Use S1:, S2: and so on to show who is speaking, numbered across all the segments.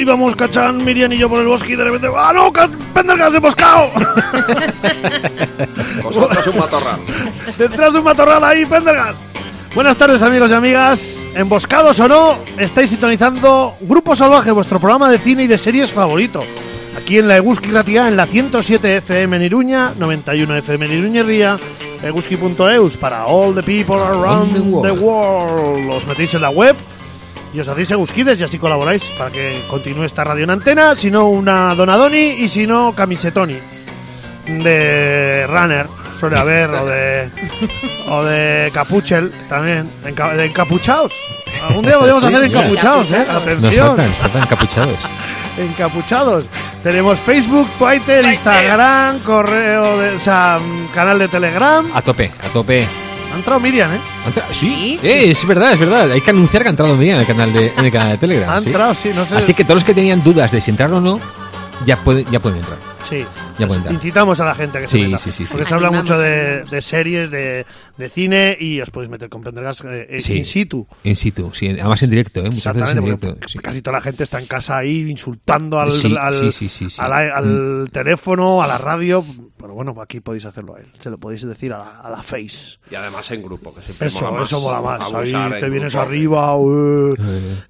S1: íbamos Cachán, Miriam y yo por el bosque y de repente. ¡Ah, no! ¡Pendergas de Moscao!
S2: Vosotros un matorral.
S1: Detrás de un matorral ahí, Pendergas. Buenas tardes, amigos y amigas. Emboscados o no, estáis sintonizando Grupo Salvaje, vuestro programa de cine y de series favorito. Aquí en la Eguski Ratia, en la 107 FM en Iruña, 91 FM en Iruña y Ría, eguski.eus para all the people around the world. Os metéis en la web y os hacéis eguskides y así colaboráis para que continúe esta radio en antena, si no una donadoni y si no camisetoni de runner suele haber o de o de capuchel también de, enca- de encapuchados algún día podemos
S3: Sí,
S1: hacer
S3: ya.
S1: encapuchados eh
S3: Nos
S1: atención
S3: faltan, nos faltan encapuchados.
S1: encapuchados. Tenemos Facebook, Twitter, Instagram, correo, de, o sea, mm, canal de Telegram.
S3: A tope, a tope.
S1: Ha entrado Miriam, ¿eh?
S3: ¿Ha entrado? ¿Sí? Eh, es verdad, es verdad. Hay que anunciar que ha entrado Miriam en el canal de, en el canal de Telegram.
S1: Ha
S3: ¿Ah, ¿sí?
S1: entrado, sí, no sé.
S3: Así que todos los que tenían dudas de si entrar o no, ya, pueden ya pueden entrar.
S1: Sí. Pues
S3: Ya pueden entrar.
S1: Incitamos a la gente a que se
S3: Sí,
S1: meta.
S3: sí, sí, sí.
S1: Porque se habla
S4: Animamos
S1: mucho
S4: a la
S1: de, de series, de, de cine y os podéis meter con Pendergast eh, eh,
S3: Sí.
S1: in situ.
S3: In situ, sí, además en directo, ¿eh? muchas veces en
S1: Exactamente,
S3: directo.
S1: porque
S3: sí.
S1: casi toda la gente está en casa ahí insultando al,
S3: Sí,
S1: al,
S3: sí, sí, sí, Mm. sí.
S1: al, al teléfono, a la radio. Pero bueno, aquí podéis hacerlo a él. Se lo podéis decir a la, a la face.
S2: Y además en grupo, que siempre
S1: Eso,
S2: mola más.
S1: eso mola más. Ahí
S2: Abusar
S1: te
S2: en
S1: vienes
S2: grupo.
S1: arriba.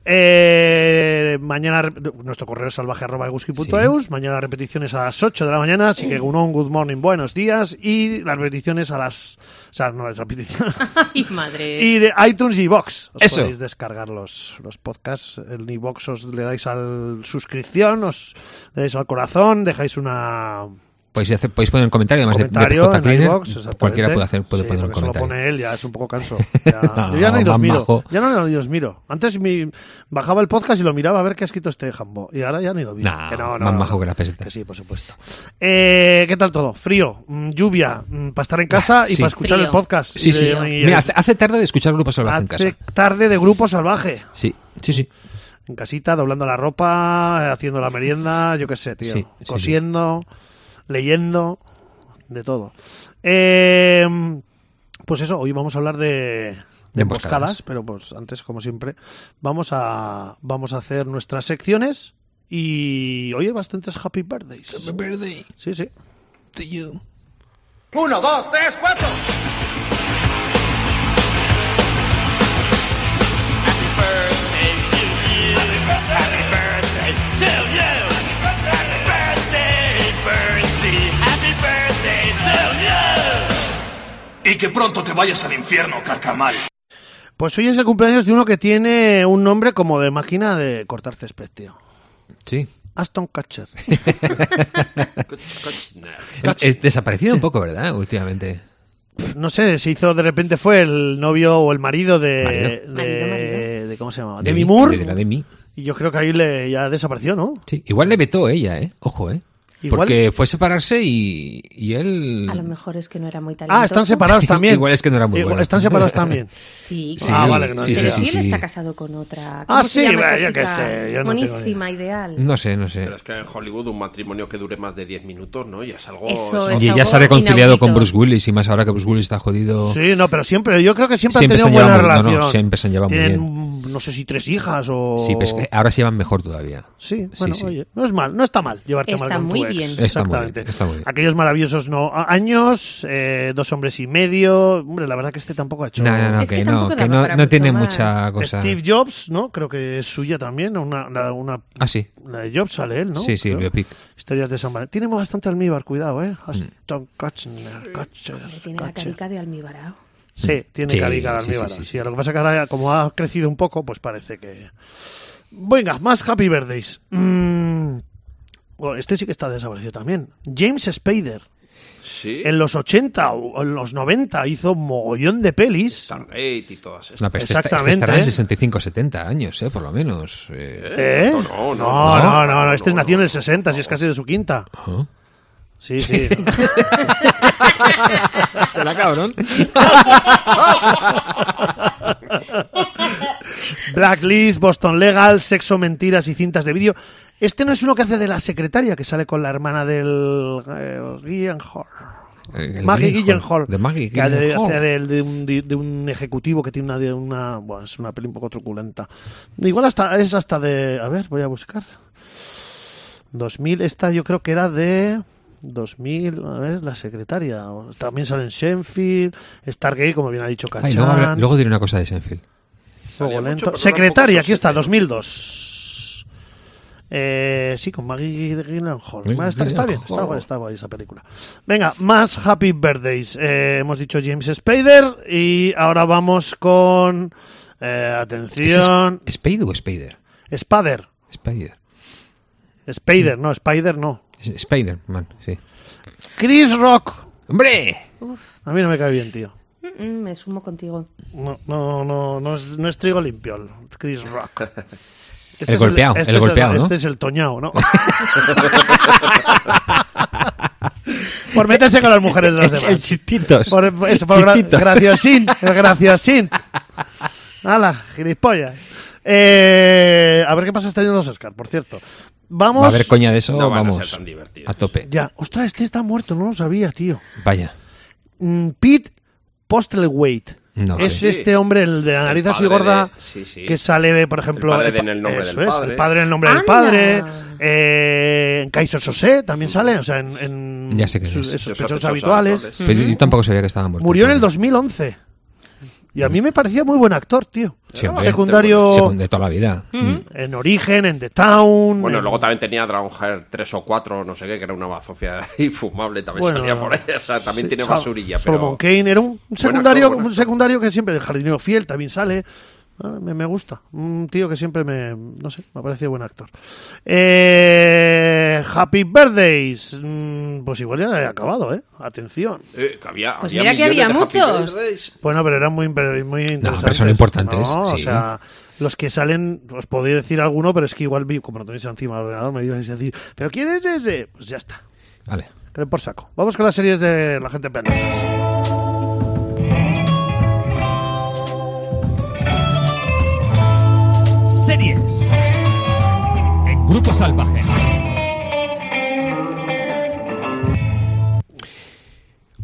S1: eh. Eh, mañana, rep- nuestro correo es salvaje arroba eguski.eus. Mañana repeticiones a las 8 de la mañana. Así que, Gunón, good morning, buenos días. Y las repeticiones a las. O sea, no las repeticiones.
S4: Ay, madre.
S1: y de iTunes y Vox. Os
S3: Eso.
S1: podéis descargar los, los podcasts. En iVox os le dais al suscripción, os le dais al corazón, dejáis una.
S3: Podéis, hacer- podéis poner un comentario, además Pues de-
S1: Comentario
S3: de, PJ
S1: en
S3: Cleaner,
S1: iVoox, exactamente.
S3: Cualquiera puede, hacer, puede
S1: Sí,
S3: poner un
S1: porque
S3: comentario.
S1: Solo pone él, ya es un poco canso. Ya, yo ya no
S3: No,
S1: ni los
S3: más
S1: miro.
S3: majo.
S1: Ya no ni los miro. Antes mi- bajaba el podcast y lo miraba a ver qué ha escrito este jambo. Y ahora ya ni lo miro.
S3: Nah,
S1: Que
S3: más majo que la peseta.
S1: Que sí, por supuesto. Eh, ¿Qué tal todo? Frío, mm, lluvia, para estar en casa y
S3: Sí.
S1: para escuchar
S4: Frío.
S1: el podcast.
S3: Sí,
S1: Y
S3: sí.
S1: de- y-
S3: Mira, hace, hace tarde de escuchar Grupo Salvaje en
S1: hace
S3: casa.
S1: tarde de grupo salvaje.
S3: Sí, sí, sí.
S1: En casita, doblando la ropa, eh, haciendo la merienda, yo qué sé, tío.
S3: Sí, sí, sí.
S1: Cosiendo, leyendo, de todo. Eh, pues eso, hoy vamos a hablar de, de
S3: De
S1: emboscadas,
S3: emboscadas.
S1: pero pues antes, como siempre, vamos a, vamos a hacer nuestras secciones y hoy hay bastantes happy birthdays. Sí, sí.
S2: Uno, dos, tres, cuatro.
S5: Y que pronto te vayas al infierno, carcamal.
S1: Pues hoy es el cumpleaños de uno que tiene un nombre como de máquina de cortar césped, tío.
S3: Sí.
S1: Aston Catcher.
S3: Es desaparecido un poco, ¿verdad? Últimamente.
S1: No sé, se hizo de repente fue el novio o el marido de.
S3: Marido.
S1: de,
S4: Marido, marido.
S1: de- ¿Cómo se llamaba?
S3: De
S1: Demi
S3: mí,
S1: Moore.
S3: de la de mí.
S1: Y yo creo que ahí le, ya desapareció, ¿no?
S3: Sí. Igual le vetó ella, ¿eh? Ojo, ¿eh?
S1: Igual-
S3: Porque fue a separarse y, y él.
S4: A lo mejor es que no era muy talentoso.
S1: Ah, están separados también.
S3: Igual es que no era muy
S1: Igual-
S3: bueno.
S1: Están separados también.
S4: Sí,
S3: Sí,
S1: Ah, vale, que no
S3: sí, sí,
S4: pero
S1: entendía.
S3: sí,
S4: si él
S3: sí.
S4: está casado con otra.
S1: Ah,
S4: ¿Cómo se
S1: sí,
S4: llama esta
S1: bueno, yo qué
S4: chica?
S1: sé, yo no
S4: Buenísima, ideal.
S3: No sé, no sé.
S2: Pero es que en Hollywood un matrimonio que dure más de 10 minutos, ¿no? Ya es algo.
S4: Eso
S2: es
S4: es.
S3: Y ella se ha
S4: algo
S3: reconciliado con
S4: inaudito.
S3: Bruce Willis y más ahora que Bruce Willis está jodido.
S1: Sí, no, pero siempre, yo creo que siempre,
S3: Siempre
S1: han
S3: se
S1: tenido
S3: han
S1: buena
S3: llevado muy- no, no,
S1: relación.
S3: siempre se han llevado muy
S1: Tienen, mm, no sé si tres hijas o.
S3: Sí, pero es que ahora se llevan mejor todavía.
S1: Sí,
S3: Sí,
S1: bueno,
S3: sí.
S1: oye, no es mal, no está mal llevarte
S4: Está
S1: mal con
S4: muy
S1: tu ex.
S4: bien.
S3: Está muy bien, está muy bien.
S1: Aquellos maravillosos no a- años, eh, dos hombres y medio. Hombre, la verdad que este tampoco ha hecho.
S3: No, no, no,
S4: Es que
S3: que, no, que
S4: tampoco daba
S3: no,
S4: para
S3: no
S4: mucho
S3: tiene
S4: más.
S3: mucha cosa.
S1: Steve Jobs, ¿no? Creo que es suya también, una, la- una
S3: Ah, sí.
S1: La de Jobs sale él, ¿no?
S3: Sí, sí,
S1: Creo.
S3: el biopic.
S1: Historias de San Valentín. Tiene bastante almíbar, cuidado, ¿eh? Ashton Kutcher, Kutcher,
S4: Hombre, Tiene la
S1: Kutcher.
S4: carica de almibarao.
S1: Sí, tiene
S3: Sí,
S1: carica de
S3: sí, sí,
S1: almíbar. Sí,
S3: sí, sí.
S1: lo que pasa es que ahora, como ha crecido un poco, pues parece que... Venga, más Happy Birthdays. Mm, bueno, este sí que está desaparecido también. James Spader.
S2: Sí.
S1: En los 80 o en los 90 hizo un mogollón de pelis.
S2: Stargate y todas estas.
S3: No, pero este, este
S1: Exactamente,
S3: estará
S1: ¿eh?
S3: en 65, 70 años, ¿eh? Por lo menos. Eh,
S1: ¿Eh?
S2: No,
S1: no,
S2: no, no,
S1: no,
S2: no,
S1: no, Este
S2: no,
S1: nació en
S2: no,
S1: el 60, si es casi de su quinta.
S3: ajá.
S1: Sí, sí.
S3: Será cabrón.
S1: Blacklist, Boston Legal, Sexo, Mentiras y cintas de vídeo. Este no es uno que hace de la secretaria que sale con la hermana del eh, Ryan Hor-
S3: Eh, el
S1: Maggie
S3: Gyllenhaal.
S1: Gyllenhaal.
S3: De Maggie
S1: que hace-
S3: Gyllenhaal.
S1: hace del- de, un, di- de un ejecutivo que tiene una, de una bueno, es una peli un poco truculenta. Igual hasta es hasta de, a ver, voy a buscar. 2000, esta yo creo que era de 2000, a ver, la secretaria. También salen Shenfield, Stargate, como bien ha dicho Cachán.
S3: Ay, luego, habla- luego diré una cosa de Senfield.
S1: Fuego
S2: Salía
S1: lento.
S2: mucho, pero
S1: Secretaria,
S2: tampoco ¿eh?
S1: aquí está,
S2: se
S1: 2002. Eh, sí, con Maggie Gyllenhaal.
S3: Eh,
S1: Bueno, Está, está bien, está
S2: Gyllenhaal.
S1: guay, está guay esa película. Venga, más Happy Birthdays. Eh, hemos dicho James Spader y ahora vamos con... eh,
S3: ¿Es
S1: atención...
S3: Sp- Spade o Spader?
S1: Spader.
S3: Spider.
S1: Spider, no, Spider no.
S3: Es- Spider-Man, sí.
S1: Chris Rock.
S3: ¡Hombre!
S1: A mí no me cae bien, tío.
S4: Mm, mm, me sumo contigo.
S1: No, no, no, no es, no es trigo limpio, el Chris Rock. Este
S3: El golpeado, el
S1: es
S3: golpeado, ¿no?
S1: Este es el toñao, ¿no? por meterse con las mujeres de los
S3: El, el
S1: demás.
S3: chistitos.
S1: Por, eso, por gra-
S3: Chistitos.
S1: graciosín, el graciosín. Hala, gilipollas. Eh, a ver qué pasa este año en los Oscars, por cierto. Vamos...
S3: Va a haber coña de eso,
S2: No van a
S3: vamos.
S2: ser tan divertidos.
S3: a tope.
S1: Ya, ostras, este está muerto, no lo sabía, tío.
S3: Vaya.
S1: Mm, Pete Postlethwaite.
S3: No
S1: es
S2: sé.
S1: este hombre, el de la nariz
S2: El
S1: así
S2: padre
S1: gorda,
S2: de- sí, sí.
S1: que sale, por ejemplo...
S2: padre de
S1: pa-
S2: En el nombre
S1: eso
S2: del
S1: es, el
S2: padre.
S1: padre en el nombre del
S4: Anda.
S1: padre. eh, en Kaiser Sosé también sale, o sea, en, en
S3: Ya sé quién
S1: sus-
S3: es.
S1: en sospechosos
S2: Sospechosos
S1: habituales.
S2: habituales.
S3: Pero Pues yo tampoco sabía que estaba muerto.
S1: Murió en el 2011. Y a mí me parecía muy buen actor, tío.
S3: Sí, hombre.
S1: Secundario
S3: Según de toda la vida. Mm.
S1: en Origen, en The Town.
S2: Bueno,
S1: en-
S2: luego también tenía Dragonheart 3 o 4, no sé qué, que era una bazofia infumable, también
S1: Bueno,
S2: pues salía por ahí. O sea, también
S1: sí,
S2: tiene
S1: Sal-
S2: basurilla,
S1: Solomon
S2: pero.
S1: Kane era un, un secundario,
S2: actor, buen
S1: un
S2: actor.
S1: secundario que siempre, el jardinero fiel también sale. Ah, Me, me gusta. Un tío que siempre me. No sé, me ha parecido buen actor. Eh, Happy Birthdays. Mm, Pues igual ya he acabado, ¿eh? Atención.
S2: Eh, que había,
S4: Pues
S2: había
S4: mira que
S2: millones
S4: había
S2: de Happy
S4: muchos.
S2: Birthdays.
S1: Bueno, pero eran muy, pero muy interesantes.
S3: pero son importantes,
S1: No, O
S3: sí.
S1: sea, los que salen, os podría decir alguno, pero es que igual, vi- como no tenéis encima del ordenador, me ibais a decir, ¿pero quién es ese? Pues ya está.
S3: Vale.
S1: Que den por saco. Vamos con las series de la gente pendejas.
S6: Series. En Grupo Salvaje.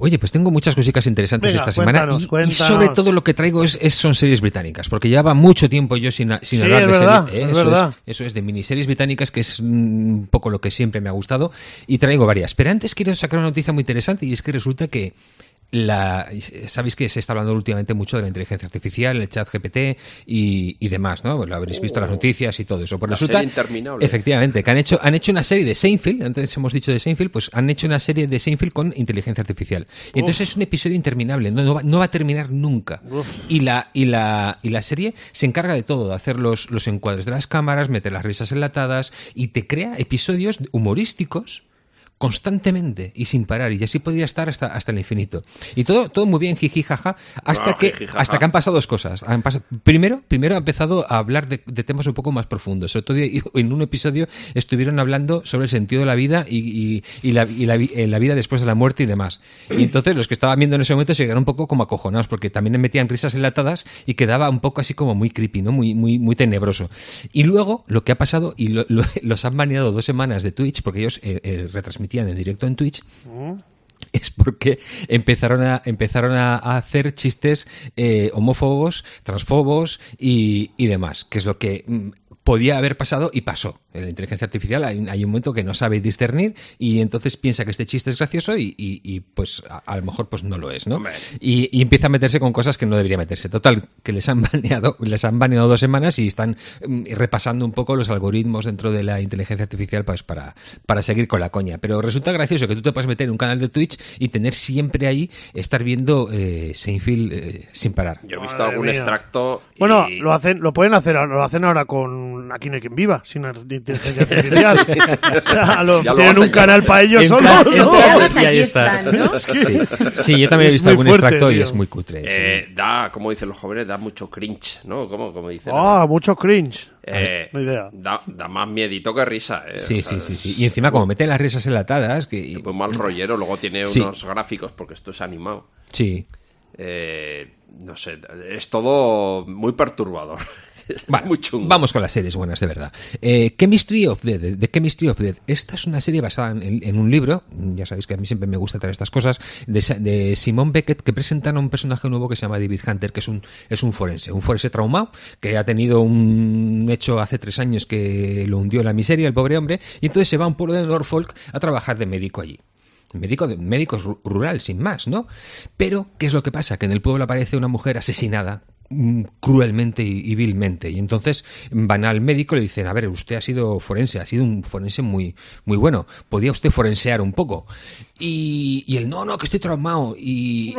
S3: Oye, pues tengo muchas cositas interesantes
S1: Venga,
S3: esta semana.
S1: cuéntanos,
S3: y- y,
S1: cuéntanos.
S3: sobre todo lo que traigo es, es- son series británicas, porque ya va mucho tiempo yo sin, sin
S1: Sí,
S3: hablar
S1: es
S3: de
S1: verdad,
S3: series. ¿eh?
S1: es
S3: eso,
S1: verdad.
S3: eso es de miniseries británicas, que es mm, un poco lo que siempre me ha gustado. Y traigo varias. Pero antes quiero sacar una noticia muy interesante y es que resulta que. La, sabéis que se está hablando últimamente mucho de la inteligencia artificial, el chat GPT y, y demás, ¿no? Lo habréis visto en las noticias y todo eso. Pues
S2: La
S3: resulta,
S2: serie interminable. ¿eh?
S3: efectivamente, Efectivamente, que han hecho, han hecho una serie de Seinfeld, antes hemos dicho de Seinfeld, pues han hecho una serie de Seinfeld con inteligencia artificial. Y entonces es un episodio interminable, no, no, va, no va a terminar nunca. Y la, y, la, y la serie se encarga de todo, de hacer los, los encuadres de las cámaras, meter las risas enlatadas y te crea episodios humorísticos constantemente y sin parar y así podría estar hasta, hasta el infinito y todo todo muy bien jiji jaja hasta
S2: Ah,
S3: que
S2: jiji, jaja.
S3: hasta que han pasado dos cosas Han pasa- primero primero ha empezado a hablar de, de temas un poco más profundos sobre todo y- en un episodio estuvieron hablando sobre el sentido de la vida y, y- y la, y la vi- eh, la vida después de la muerte y demás y entonces los que estaban viendo en ese momento se quedaron un poco como acojonados porque también metían risas enlatadas y quedaba un poco así como muy creepy no muy muy muy tenebroso y luego lo que ha pasado y lo- lo- los han baneado dos semanas de Twitch porque ellos eh, eh, retransmitían en directo en Twitch es porque empezaron a empezaron a a hacer chistes eh, homófobos, transfobos y, y demás, que es lo que mm, podía haber pasado y pasó. En la inteligencia artificial hay, un- hay un momento que no sabe discernir y entonces piensa que este chiste es gracioso y, y- y, pues a, a lo mejor pues no lo es, ¿no?
S2: Hombre.
S3: Y, y empieza a meterse con cosas que no debería meterse. Total, que les han baneado, les han baneado dos semanas y están mm, repasando un poco los algoritmos dentro de la inteligencia artificial pues, para, para seguir con la coña. Pero resulta gracioso que tú te puedes meter en un canal de Twitch y tener siempre ahí, estar viendo eh, Seinfeld eh, sin parar.
S2: Yo he visto
S1: Madre
S2: algún
S1: mía.
S2: extracto. y-
S1: Bueno, lo hacen, lo pueden hacer, ahora- lo hacen ahora con Aquí no hay quien viva, sin ar- inteligencia artificial. O sea, lo-
S2: Ya lo
S1: tienen
S2: hacen,
S1: un
S2: ya.
S1: canal para ellos
S3: Entras-
S1: solos, ¿no?
S3: entras
S4: Pues
S3: y ahí
S4: aquí
S3: está.
S4: están, ¿no?
S3: Sí. Sí, yo también
S1: Es
S3: he visto
S1: muy
S3: algún
S1: fuerte,
S3: extracto y
S1: tío.
S3: es muy cutre. sí.
S2: Eh, Da, como dicen los jóvenes, da mucho cringe, ¿no? Como, como dicen.
S1: Ah, mucho cringe.
S2: Eh,
S1: no idea.
S2: Da, da más miedito que risa, ¿eh?
S3: Sí,
S2: O sea,
S3: sí, sí, sí. Y encima como mete las risas enlatadas, que
S2: es Muy mal rollero, luego tiene
S3: Sí.
S2: unos gráficos, porque esto es animado.
S3: sí.
S2: Eh, no sé, es todo muy perturbador.
S3: Vale,
S2: Muy chungo.
S3: Vamos con las series buenas, de verdad. Eh, Chemistry of Death, The Chemistry of Death. Esta es una serie basada en, en un libro, ya sabéis que a mí siempre me gusta traer estas cosas, de, Sa- de Simon Beckett, que presentan a un personaje nuevo que se llama David Hunter, que es un, es un forense, un forense traumado, que ha tenido un hecho hace tres años que lo hundió en la miseria, el pobre hombre, y entonces se va a un pueblo de Norfolk a trabajar de médico allí. Médico, de, médico ru- rural, sin más, ¿no? Pero, ¿qué es lo que pasa? Que en el pueblo aparece una mujer asesinada mm, cruelmente y, y vilmente. Y entonces van al médico y le dicen, a ver, usted ha sido forense, ha sido un forense muy, muy bueno, ¿podía usted forensear un poco? Y, y él, no, no, que estoy traumado. Y,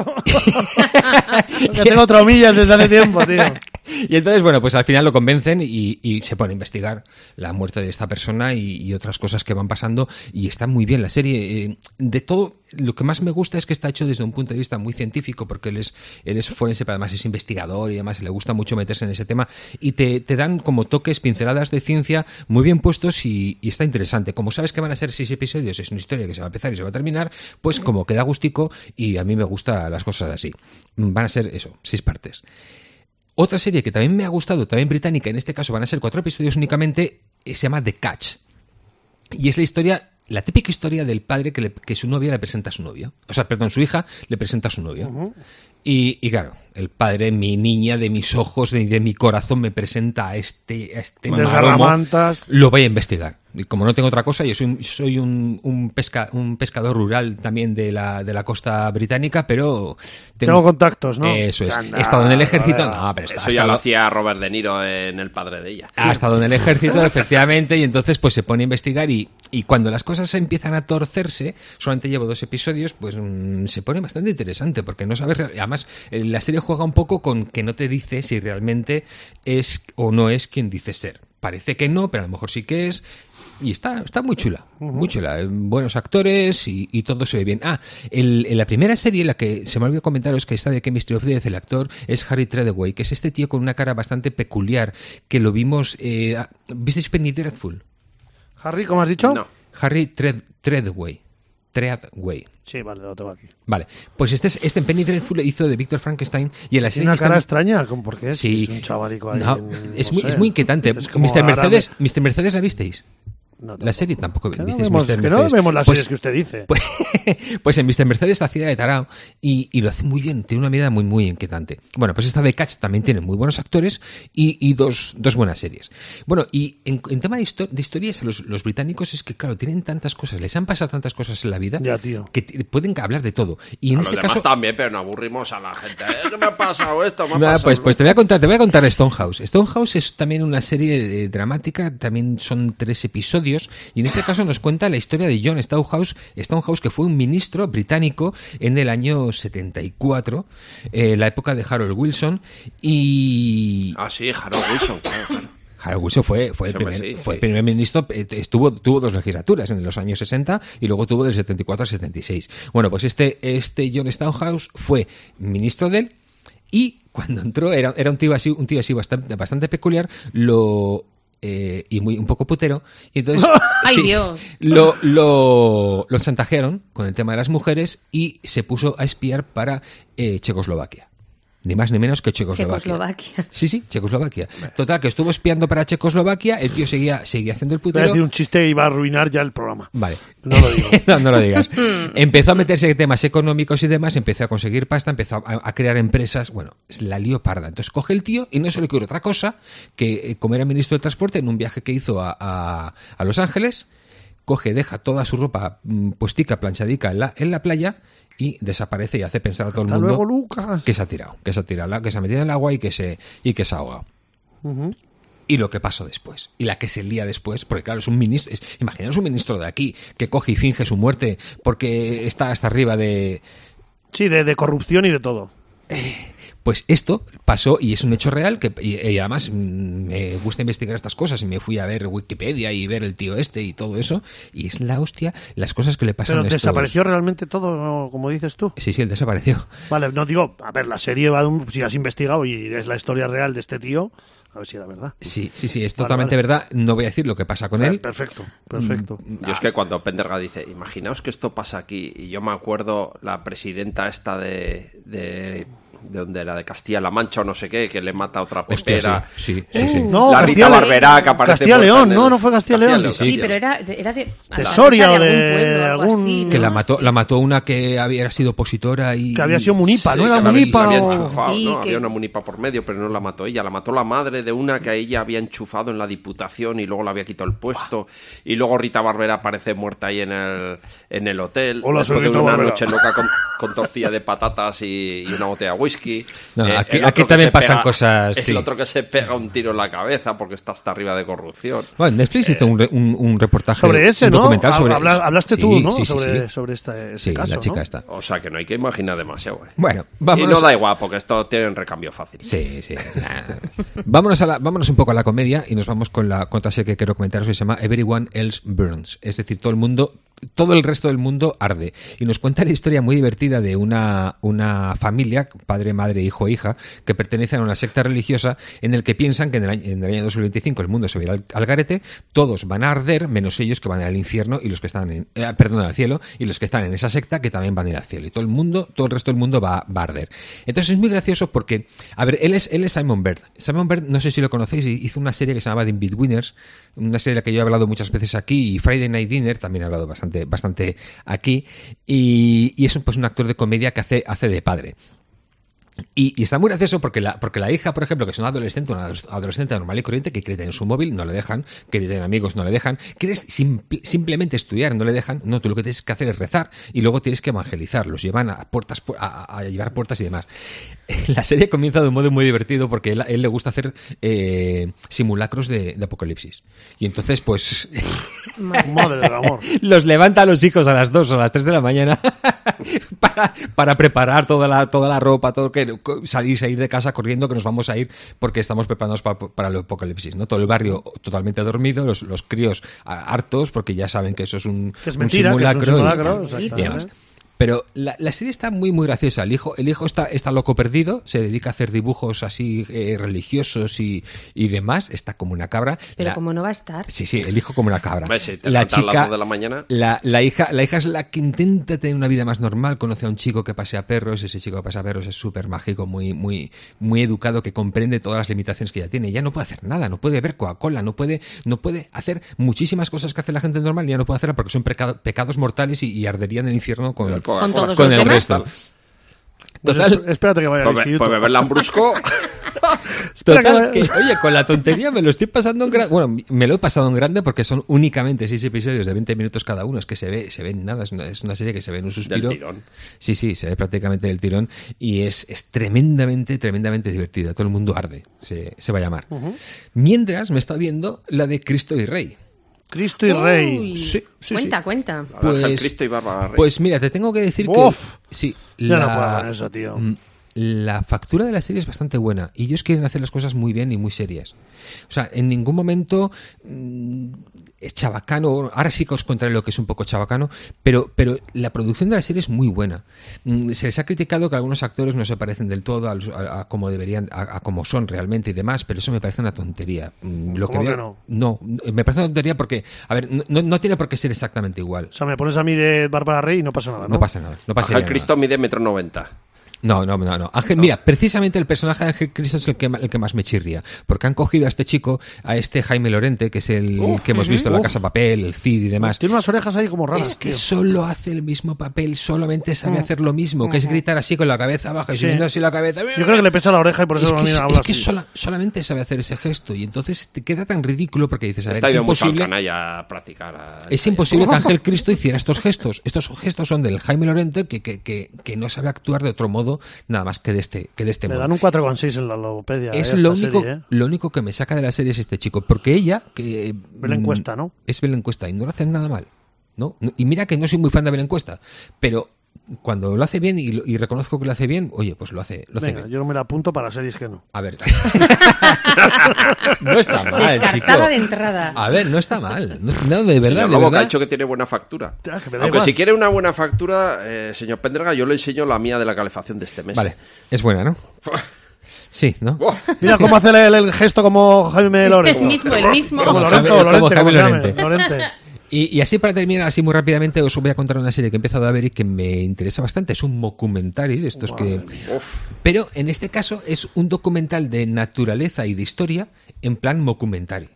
S1: Que tengo traumillas desde hace tiempo, tío.
S3: y entonces, bueno, pues al final lo convencen y, y se pone a investigar la muerte de esta persona y, y otras cosas que van pasando. Y está muy bien la serie. Eh, De todo, lo que más me gusta es que está hecho desde un punto de vista muy científico, porque él es, él es forense, pero además es investigador y además le gusta mucho meterse en ese tema. Y te, te dan como toques, pinceladas de ciencia muy bien puestos y, y está interesante. Como sabes que van a ser seis episodios, es una historia que se va a empezar y se va a terminar, pues como queda gustico y a mí me gustan las cosas así. Van a ser eso, seis partes. Otra serie que también me ha gustado, también británica, en este caso van a ser cuatro episodios únicamente, eh, se llama The Catch. Y es la historia, la típica historia del padre que, le- que su novia le presenta a su novio. O sea, perdón, su hija le presenta a su novio. y, y claro, el padre, mi niña de mis ojos y de, mi corazón me presenta a este, a este maromo
S1: Desgarramantas.
S3: lo voy a investigar. Y como no tengo otra cosa, yo soy, un- soy un, un pesca, un pescador rural también de la, de la costa británica, pero
S1: Tengo contactos, ¿no?
S3: Eso es.
S1: Anda,
S3: He estado en el ejército.
S1: colega.
S3: No, pero está-
S2: Eso ya
S3: ha
S2: lo
S3: estado-
S2: hacía Robert De Niro en El padre de ella.
S3: ha estado en el ejército, efectivamente, y entonces pues se pone a investigar y, y cuando las cosas se empiezan a torcerse, solamente llevo dos episodios, pues mm, se pone bastante interesante porque no sabes, real- además eh, la serie juega un poco con que no te dice si realmente es o no es quien dice ser. Parece que no, pero a lo mejor sí que es. Y está, está muy chula, muy chula. Eh, Buenos actores y, y todo se ve bien. Ah, el- en la primera serie, la que se me olvidó comentaros que está de Chemistry of Death, el actor es Harry Treadaway, que es este tío con una cara bastante peculiar, que lo vimos... Eh, a- ¿Visteis Penny Dreadful?
S1: Harry, ¿cómo has dicho?
S2: No.
S3: Harry Tread- Treadway. Treadway.
S1: Sí, vale, lo tengo aquí.
S3: Vale, pues este, es- este en Penny Dreadful hizo de Victor Frankenstein y en la serie...
S1: Tiene una
S3: que está-
S1: cara extraña, ¿cómo- ¿por qué?
S3: Sí.
S1: Es un chavalico ahí.
S3: No,
S1: en-
S3: es,
S1: no
S3: muy,
S1: sé.
S3: es muy inquietante.
S1: Es como
S3: Mr.
S1: árabe.
S3: Mercedes, Mr. Mercedes, ¿la visteis?
S1: No, tampoco.
S3: La serie tampoco
S1: Que no
S3: visteis
S1: vemos-
S3: Mr.
S1: que no
S3: Mercedes.
S1: vemos las
S3: Pues-
S1: series que usted dice.
S3: Pues, pues en Mr. Mercedes hacía de tarao y, y lo hace muy bien, tiene una mirada muy, muy inquietante. Bueno, pues esta de Catch también tiene muy buenos actores y, y dos, dos buenas series. Bueno, y en, en tema de, histo- de historias, los, los británicos es que, claro, tienen tantas cosas, les han pasado tantas cosas en la vida
S1: Ya, tío.
S3: que t- pueden hablar de todo. Y en
S2: A
S3: este
S2: los demás
S3: caso...
S2: también, pero no aburrimos a la gente. ¿eh? ¿Qué me ha pasado esto? ¿Me ha
S3: Nada,
S2: pasado
S3: pues,
S2: lo-
S3: pues te voy a contar, te voy a contar Stonehouse. Stonehouse es también una serie eh, dramática, también son tres episodios, y en este caso nos cuenta la historia de John Stonehouse, Stonehouse que fue un ministro británico en el año 74, eh, la época de Harold Wilson, y
S2: Ah, sí, Harold Wilson, claro, claro.
S3: Harold Wilson fue, fue, el,
S2: Hombre,
S3: primer,
S2: sí,
S3: fue
S2: sí.
S3: el primer ministro, eh, estuvo, tuvo dos legislaturas en los años 60 y luego tuvo del 74 al 76. Bueno, pues este, este John Stonehouse fue ministro de él y cuando entró era, era un tío así, un tío así bastante, bastante peculiar, lo... eh, y muy un poco putero y entonces
S4: Ay, Dios.
S3: lo, lo, lo chantajearon con el tema de las mujeres y se puso a espiar para eh, Checoslovaquia ni más ni menos que
S4: Checoslovaquia.
S3: Sí, sí, Checoslovaquia. Total, que estuvo espiando para Checoslovaquia, el tío seguía, seguía haciendo el
S1: Voy a decir
S3: putero.
S1: un chiste y va a arruinar ya el programa.
S3: Vale.
S1: No lo digo.
S3: no, no lo digas. Empezó a meterse en temas económicos y demás, empezó a conseguir pasta, empezó a, a crear empresas. Bueno, es la lío parda. Entonces coge el tío y no se le ocurre otra cosa que, eh, como era ministro del transporte, en un viaje que hizo a, a- a Los Ángeles, coge, deja toda su ropa mm, puestica, planchadica en la, en la playa y desaparece y hace pensar a todo
S1: Hasta
S3: el mundo
S1: luego, Lucas.
S3: que se ha tirado, que se ha tirado, la- que se ha metido en el agua y que se, y que se ha ahogado. Y lo que pasó después, y la que se lía después, porque claro, es un ministro, es- imaginaos un ministro de aquí que coge y finge su muerte porque está hasta arriba de...
S1: Sí, de, de corrupción y de todo.
S3: Pues esto pasó y es un hecho real que y, y además mm, me gusta investigar estas cosas y me fui a ver Wikipedia y ver el tío este y todo eso y es la hostia las cosas que le pasan
S1: Pero
S3: a estos-
S1: desapareció realmente todo, ¿no? como dices tú.
S3: Sí, sí, él desapareció.
S1: Vale, no digo, a ver, la serie va de un- si has investigado y es la historia real de este tío, a ver si era verdad.
S3: Sí, sí, sí, es
S1: Vale,
S3: totalmente
S1: vale.
S3: verdad. No voy a decir lo que pasa con
S1: Per-
S3: él. Mm.
S1: Perfecto, perfecto.
S2: Yo es que cuando Pendergast dice, imaginaos que esto pasa aquí, y yo me acuerdo la presidenta esta de, de de donde era de Castilla-La Mancha o no sé qué, que le mata a otra
S3: Hostia,
S2: pepera.
S3: sí, sí, sí, sí.
S1: Uh, No,
S2: la Rita
S1: Castilla-
S2: Barberá que aparece
S1: Castilla-León,
S2: puesta en el-
S1: ¿no? ¿No fue Castilla-León?
S2: Castilla-León,
S4: Sí,
S2: Castilla-León.
S4: pero era de, era de, a la
S1: Soria o
S4: cabeza algún
S1: de
S4: pueblo, algo
S1: algún-
S4: así,
S3: Que
S4: ¿no?
S3: la mató,
S4: Sí.
S3: la mató una que había sido opositora y.
S1: Que había sido munipa, ¿no?
S2: Sí,
S1: Era
S2: que la había-
S1: munipa
S2: había
S1: o-
S2: enchufado,
S4: Sí,
S2: ¿no?
S4: que-
S2: Había una munipa por medio, pero no la mató ella. La mató la madre de una que a ella había enchufado en la diputación y luego la había quitado el puesto. Y luego Rita Barbera aparece muerta ahí en el, en el hotel.
S1: Hola, soy
S2: después de
S1: Rita
S2: una
S1: Barberá.
S2: noche loca con, con tortilla de patatas y, y una botella de whisky.
S3: No,
S2: Eh,
S3: aquí-
S2: el otro
S3: aquí
S2: que
S3: también
S2: se
S3: pasan cosas,
S2: El
S3: sí.
S2: otro que se pega un tiro en la cabeza porque está hasta arriba de corrupción.
S3: Bueno, Netflix hizo un, re- un- un reportaje.
S1: sobre ese,
S3: un
S1: ¿no?
S3: documental sobre
S1: Habla-
S3: eso.
S1: hablaste
S3: Sí,
S1: tú, ¿no?
S3: Sí, sí,
S1: sobre,
S3: sí.
S1: sobre esta, ese
S3: Sí,
S1: caso,
S3: la chica
S1: ¿no?
S3: está.
S2: O sea que no hay que imaginar demasiado. eh.
S3: Bueno,
S2: y
S3: vamos.
S2: no da igual porque esto tienen recambio fácil.
S3: Sí, sí. vámonos, a la- vámonos un poco a la comedia y nos vamos con la con otra serie que quiero comentaros que se llama Everyone Else Burns. Es decir, todo el mundo, todo el resto del mundo arde. Y nos cuenta la historia muy divertida de una, una familia, padre, madre, hijo e hija, que pertenecen a una secta religiosa en el que piensan que en el año, en el año 2025 el mundo se va a ir al, al garete, todos van a arder, menos ellos que van al infierno y los que están en, eh, perdón, al cielo, y los que están en esa secta que también van a ir al cielo. Y todo el mundo, todo el resto del mundo va, va a arder. Entonces es muy gracioso porque, a ver, él es, él es Simon Bird. Simon Bird, no sé si lo conocéis, hizo una serie que se llamaba The Winners, una serie de la que yo he hablado muchas veces aquí, y Friday Night Dinner, también he hablado bastante, bastante aquí, y, y es un, pues, un actor de comedia que hace, hace de padre. Y, y está muy gracioso porque la, porque la hija, por ejemplo, que es una adolescente, una adoles- adolescente normal y corriente, que quiere tener su móvil, no le dejan, quiere tener amigos, no le dejan, quiere simple- simplemente estudiar, no le dejan, no, tú lo que tienes que hacer es rezar y luego tienes que evangelizar, los llevan a puertas, pu- a, a- a llevar puertas y demás. La serie comienza de un modo muy divertido porque él, a él le gusta hacer eh, simulacros de, de apocalipsis. Y entonces, pues,
S1: Madre del amor.
S3: los levanta a los hijos a las 2 o a las 3 de la mañana para, para preparar toda la, toda la ropa, todo que salir, salir de casa corriendo, que nos vamos a ir porque estamos preparados para, para el apocalipsis. ¿no? Todo el barrio totalmente dormido, los, los críos a- hartos porque ya saben que eso es un,
S1: Que es
S3: un
S1: mentira, que es un
S3: simulacro. y-
S1: simulacro,
S3: y
S1: exactamente.
S3: demás. Pero la, la serie está muy, muy graciosa. El hijo, el hijo está, está loco perdido, se dedica a hacer dibujos así eh, religiosos y, y demás. Está como una cabra.
S4: Pero
S3: La-
S4: como no va a estar,
S3: Sí, sí, el hijo como una cabra.
S2: Ves, si te
S3: La
S2: levantas a las
S3: chica,
S2: dos de la mañana.
S3: la, la hija, la hija es la que intenta tener una vida más normal, conoce a un chico que pasea perros, ese chico que pasea perros es súper mágico, muy, muy, muy educado, que comprende todas las limitaciones que ya tiene. Ya no puede hacer nada, no puede beber Coca-Cola, no puede, no puede hacer muchísimas cosas que hace la gente normal, ya no puede hacerlas porque son peca- pecados mortales y, y arderían en el infierno con,
S2: El Coca-Cola.
S3: con
S4: todos
S3: el
S4: demás.
S3: resto.
S1: Pues
S3: Total-
S1: esp- espérate que vaya al
S2: Pues, be-
S1: instituto.
S2: pues beber lambrusco.
S3: Total,
S1: Espera que-
S3: que, oye, con la tontería me lo estoy pasando en grande. Bueno, me lo he pasado en grande porque son únicamente seis episodios de 20 minutos cada uno. Es que se ve, se ve en nada. Es una, es una serie que se ve en un suspiro.
S2: tirón.
S3: Sí, sí, se ve prácticamente del tirón. Y es, es tremendamente, tremendamente divertida. Todo el mundo arde. Se, se va a llamar. Mientras me está viendo la de Cristo y Rey.
S1: Cristo y
S4: Uy,
S1: Rey.
S3: Sí, sí,
S4: cuenta,
S3: sí.
S4: cuenta.
S2: Ángel Cristo y Bárbara Ah, Rey.
S3: Pues mira, te tengo que decir
S1: Uf.
S3: que. Sí,
S1: Ya no
S3: la-
S1: puedo con eso, tío.
S3: Mm, La factura de la serie es bastante buena y ellos quieren hacer las cosas muy bien y muy serias. O sea, en ningún momento mm, es chabacano. Ahora sí que os contaré lo que es un poco chabacano, pero, pero la producción de la serie es muy buena. Mm, Se les ha criticado que algunos actores no se parecen del todo a, los- a- a como deberían, a, a como son realmente y demás, pero eso me parece una tontería. Mm, Lo
S1: ¿Cómo
S3: veo-
S1: que no?
S3: no, me parece una tontería porque, a ver, no- no, no tiene por qué ser exactamente igual.
S1: O sea, me pones a mí de Bárbara Rey y no pasa nada, ¿no?
S3: No pasa nada. No pasa
S2: Ángel
S3: nada.
S2: Cristo mide metro noventa.
S3: No, no, no, no. Ángel, mira, precisamente el personaje de Ángel Cristo es el que, ma- el que más me chirría. Porque han cogido a este chico, a este Jaime Lorente, que es el que hemos visto en la Casa Papel, el Cid y demás.
S1: Tiene unas orejas ahí como raras.
S3: Es que
S1: tío. Mm.
S3: solo hace el mismo papel, solamente sabe hacer lo mismo, que es gritar así con la cabeza abajo y
S1: Sí.
S3: subiendo así la cabeza.
S1: Yo creo que le pesa la oreja y por eso
S3: Es que,
S1: no viene a
S3: es
S1: hablar
S3: que
S1: así.
S3: sola- solamente sabe hacer ese gesto y entonces te queda tan ridículo porque dices, a ver,
S2: Está
S3: es
S2: ido mucho al
S3: imposible
S2: canalla a practicar. a-
S3: es imposible que Ángel Cristo hiciera estos gestos. Estos gestos son del Jaime Lorente que, que, que, que no sabe actuar de otro modo nada más que de este, que de este
S1: Le
S3: modo.
S1: dan un 4,6 en la logopedia.
S3: Es
S1: eh, a
S3: lo
S1: esta
S3: único,
S1: serie, ¿eh?
S3: lo único que me saca de la serie es este chico, porque ella que
S1: Belén
S3: mm,
S1: Cuesta, ¿no?
S3: Es Belén Cuesta y no lo hacen nada mal, ¿no? No- Y mira que no soy muy fan de Belén Cuesta, pero cuando lo hace bien y, lo- y reconozco que lo hace bien, oye, pues lo hace, lo hace
S1: Venga,
S3: bien.
S1: yo no me la apunto para series que no.
S3: A ver. no está mal, chico. Ah,
S4: Descartada de entrada.
S3: A ver, no está mal. No, no, de verdad,
S2: Señor
S3: de
S2: Lobo, que ha
S3: verdad.
S2: dicho que tiene buena factura.
S1: Ah, que me da
S2: Aunque
S1: igual.
S2: si quiere una buena factura, eh, señor Penderga, yo le enseño la mía de la calefacción de este mes.
S3: Vale, es buena, ¿no? Sí, ¿no?
S2: Buah,
S1: Mira cómo hace el, el gesto como Jaime
S4: El
S1: Lorenzo.
S4: mismo, el mismo.
S1: Como
S3: Como
S1: Lorenzo,
S3: Jaime-
S1: Lorente,
S3: como
S1: como
S3: Jaime
S1: se llame,
S3: Lorente.
S1: Lorente.
S3: Y, y así para terminar, así muy rápidamente, os voy a contar una serie que he empezado a ver y que me interesa bastante. Es un mockumentary de estos que... Pero en este caso es un documental de naturaleza y de historia en plan mockumentary.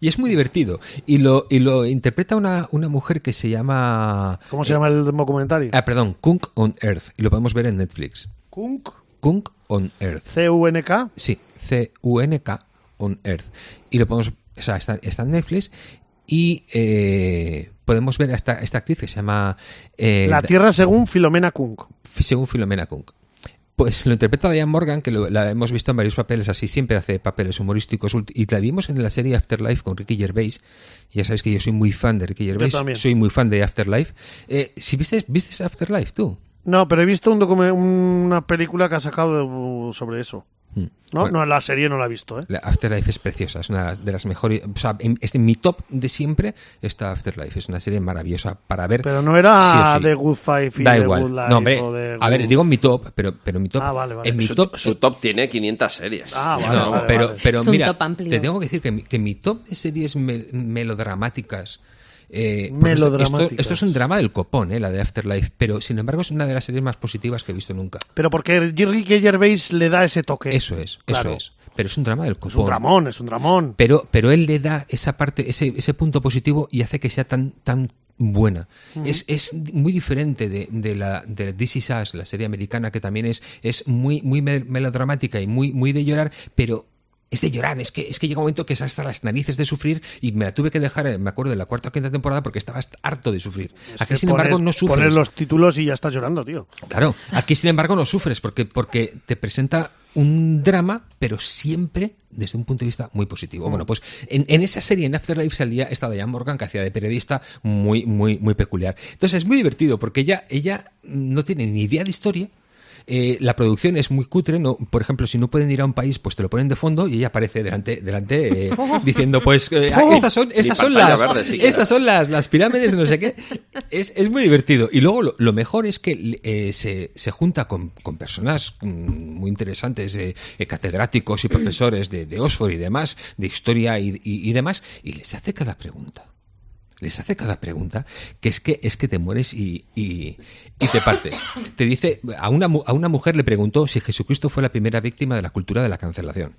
S3: Y es muy divertido. Y lo, y lo interpreta una, una mujer que se llama...
S1: ¿Cómo se llama el documentario?
S3: Ah, perdón, Kunk on Earth. Y lo podemos ver en Netflix.
S1: Kunk.
S3: Kunk on Earth.
S1: C-U-N-K.
S3: Sí, C-U-N-K on Earth. Y lo podemos. O sea, está, está en Netflix. Y eh, podemos ver a esta, esta actriz que se llama. eh,
S1: La
S3: Da-
S1: Tierra según Filomena Kunk.
S3: según Filomena Kunk. Pues lo interpreta Diane Morgan, que lo- la hemos visto en varios papeles así, siempre hace papeles humorísticos. ulti- Y la vimos en la serie Afterlife con Ricky Gervais. Ya sabéis que yo soy muy fan de Ricky Gervais.
S1: también.
S3: Soy muy fan de Afterlife. Eh, si viste, viste Afterlife tú.
S1: No, pero he visto un documen- una película que ha sacado de- uh, sobre eso.
S3: Hmm.
S1: No,
S3: Bueno.
S1: no, la serie no la he visto, ¿eh?
S3: La Afterlife es preciosa, es una de las mejores. O sea, en, este- en mi top de siempre está Afterlife. Es una serie maravillosa para ver.
S1: Pero no era
S3: sí o sí.
S1: The Good Five y
S3: Da
S1: The
S3: igual.
S1: Good Life
S3: No, hombre,
S1: o The
S3: a ver,
S1: Good-
S3: digo en mi top, pero, pero en mi top.
S1: Ah, vale, vale.
S3: En mi
S2: Su,
S3: top.
S2: su top tiene 500 series.
S1: Ah, vale,
S3: no,
S1: vale,
S3: pero,
S1: vale.
S3: pero
S4: Es un
S3: mira,
S4: top amplio.
S3: te tengo que decir que mi, que mi top de series mel- melodramáticas. eh, porque
S1: Melodramáticas.
S3: Esto, esto- esto es un drama del copón, eh, la de Afterlife, pero sin embargo es una de las series más positivas que he visto nunca.
S1: Pero porque Ricky Gervais le da ese toque.
S3: Eso es,
S1: Claro.
S3: eso es. Pero es un drama del copón.
S1: Es un dramón, es un dramón.
S3: Pero, pero él le da esa parte, ese, ese punto positivo y hace que sea tan, tan buena. es, es muy diferente de, de la de This Is Us, la serie americana, que también es, es muy, muy mel- melodramática y muy, muy de llorar, pero. Es de llorar, es que, es que llega un momento que es hasta las narices de sufrir y me la tuve que dejar, eh, me acuerdo, de la cuarta o quinta temporada porque estaba hasta harto de sufrir.
S1: Es
S3: Aquí,
S1: que
S3: sin
S1: pones-
S3: embargo, no sufres.
S1: Pones los títulos y ya estás llorando, tío.
S3: Claro, aquí sin embargo no sufres porque, porque te presenta un drama, pero siempre desde un punto de vista muy positivo. Bueno, pues en, en esa serie, en Afterlife, salía esta Diane Morgan que hacía de periodista muy, muy, muy peculiar. Entonces es muy divertido porque ella, ella no tiene ni idea de historia. eh, la producción es muy cutre, ¿no? por ejemplo, si no pueden ir a un país, pues te lo ponen de fondo y ella aparece delante, delante eh, diciendo, pues eh, ah, estas son, estas
S2: Ni
S3: son
S2: pantalla
S3: las,
S2: verde, sí, claro.
S3: estas son las, las pirámides, no sé qué. Es, es muy divertido. Y luego lo, lo mejor es que eh, se, se junta con, con personas mm, muy interesantes, eh, eh, catedráticos y profesores de, de Oxford y demás, de historia y, y- y demás, y les hace cada pregunta. Les hace cada pregunta que es que es que te mueres y, y- y te partes. Te dice, a una, mu- a una mujer le preguntó si Jesucristo fue la primera víctima de la cultura de la cancelación.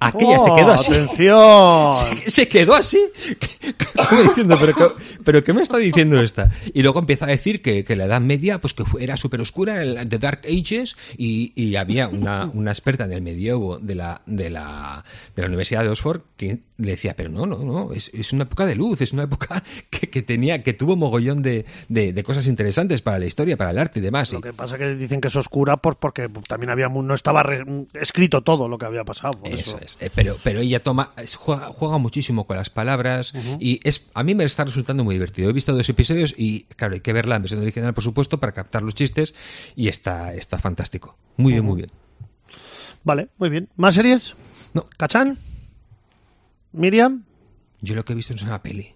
S3: Aquella se
S1: Oh,
S3: quedó así
S1: ¡Atención!
S3: se, se quedó así, como diciendo, ¿pero qué, pero qué me está diciendo esta? Y luego empieza a decir que, que la Edad Media pues que fue- era súper oscura, el- The Dark Ages, y, y había una, una experta en el medievo de la, de, la, de la Universidad de Oxford que le decía, pero no, no, no, es, es una época de luz, es una época que, que tenía, que tuvo mogollón de, de- de cosas interesantes para la historia, para el arte y demás.
S1: Lo
S3: Y-
S1: que pasa que dicen que es oscura por- porque también había mu- no estaba re- escrito todo lo que había pasado. por
S3: Eso
S1: eso.
S3: es. Eh, Pero, pero ella toma, es- juega, juega muchísimo con las palabras y es a mí me está resultando muy divertido. He visto dos episodios y, claro, hay que verla en versión original, por supuesto, para captar los chistes y está, está fantástico. Muy bien, muy bien.
S1: Vale, muy bien. ¿Más series?
S3: No.
S1: ¿Cachán? ¿Miriam?
S3: Yo lo que he visto es una peli.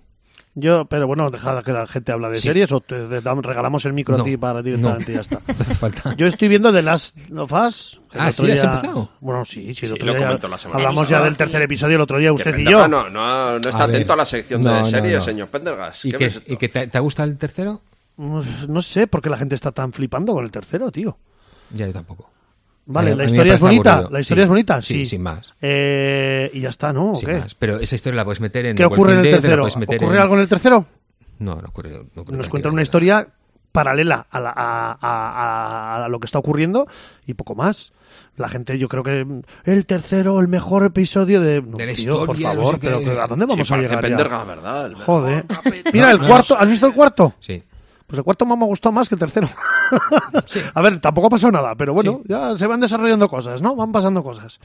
S1: Yo, pero bueno, deja que la gente habla de
S3: Sí.
S1: series o te, te dam- regalamos el micro
S3: No,
S1: a ti para directamente y ya está.
S3: No hace falta.
S1: Yo estoy viendo The Last of Us. el
S3: Ah,
S1: otro
S3: ¿sí? ¿Has empezado?
S1: Bueno, sí, sí, el
S2: Sí,
S1: otro
S2: lo
S1: día
S2: comentó la semana
S1: hablamos
S2: pasada.
S1: ya del tercer episodio el otro día, usted y
S2: Pendergast
S1: yo.
S2: No, no, no está
S3: A ver.
S2: atento a la sección
S3: No,
S2: de
S3: no,
S2: series,
S3: no.
S2: señor Pendergast.
S3: ¿Y
S2: ¿Qué ves
S3: que,
S2: esto?
S3: y que te, te gusta el tercero?
S1: Uf, No sé por qué la gente está tan flipando con el tercero, tío.
S3: Ya yo tampoco.
S1: Vale,
S3: Eh,
S1: ¿la
S3: A- a mí me
S1: historia es
S3: parece
S1: bonita?
S3: aburrido.
S1: ¿La historia
S3: Sí,
S1: es bonita?
S3: sí,
S1: Sí,
S3: sin más.
S1: Eh, y ya está, ¿no? ¿O
S3: Sin
S1: qué?
S3: más. Pero esa historia la puedes meter en
S1: ¿Qué ocurre en el
S3: Walking Dead, la
S1: tercero?
S3: puedes meter
S1: ¿Ocurre
S3: en-
S1: algo en el tercero?
S3: No, no ocurre.
S2: Pues
S3: no ocurre
S1: Nos
S3: prácticamente
S1: cuentan una
S3: nada.
S1: historia paralela a, la- a- a- a- a lo que está ocurriendo y poco más. La gente, yo creo que mm, el tercero, el mejor episodio de. No,
S3: De la
S1: tío, por
S3: historia, no
S1: favor,
S3: sé qué.
S1: pero que- ¿a dónde vamos
S2: Sí,
S1: a
S2: parece
S1: llegar? ya?
S2: Pendergast, ¿verdad? El-
S1: Joder. Mira, el cuarto, ¿has visto el cuarto?
S3: Sí.
S1: Pues el cuarto más me ha gustado más que el tercero. A ver, tampoco ha pasado nada, pero bueno, ya se van desarrollando cosas, ¿no? Van pasando cosas.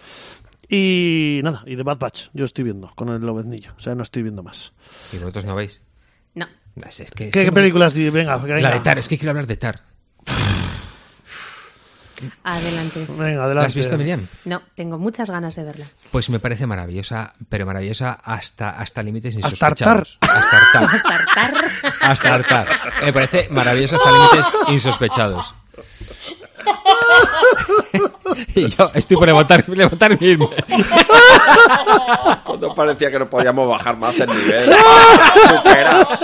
S1: Y nada, y de Bad Batch, yo estoy viendo con el lobeznillo, o sea, no estoy viendo más.
S3: Y vosotros no veis.
S4: No.
S3: Es que- es
S1: ¿Qué,
S3: que
S1: qué
S3: no-
S1: películas? di- Venga, venga.
S3: La de Tar, es que quiero hablar de Tar.
S4: Adelante.
S1: Venga, adelante.
S3: ¿La has visto, Miriam?
S4: No, tengo muchas ganas de verla.
S3: Pues me parece maravillosa, pero maravillosa hasta, hasta límites
S1: Hasta
S3: insospechados. Hasta hartar.
S4: Tartar.
S3: Hasta hartar. Me parece maravillosa hasta límites insospechados. Y yo estoy por levantar, levantar mi irme.
S2: Cuando parecía que no podíamos bajar más el nivel. Superados.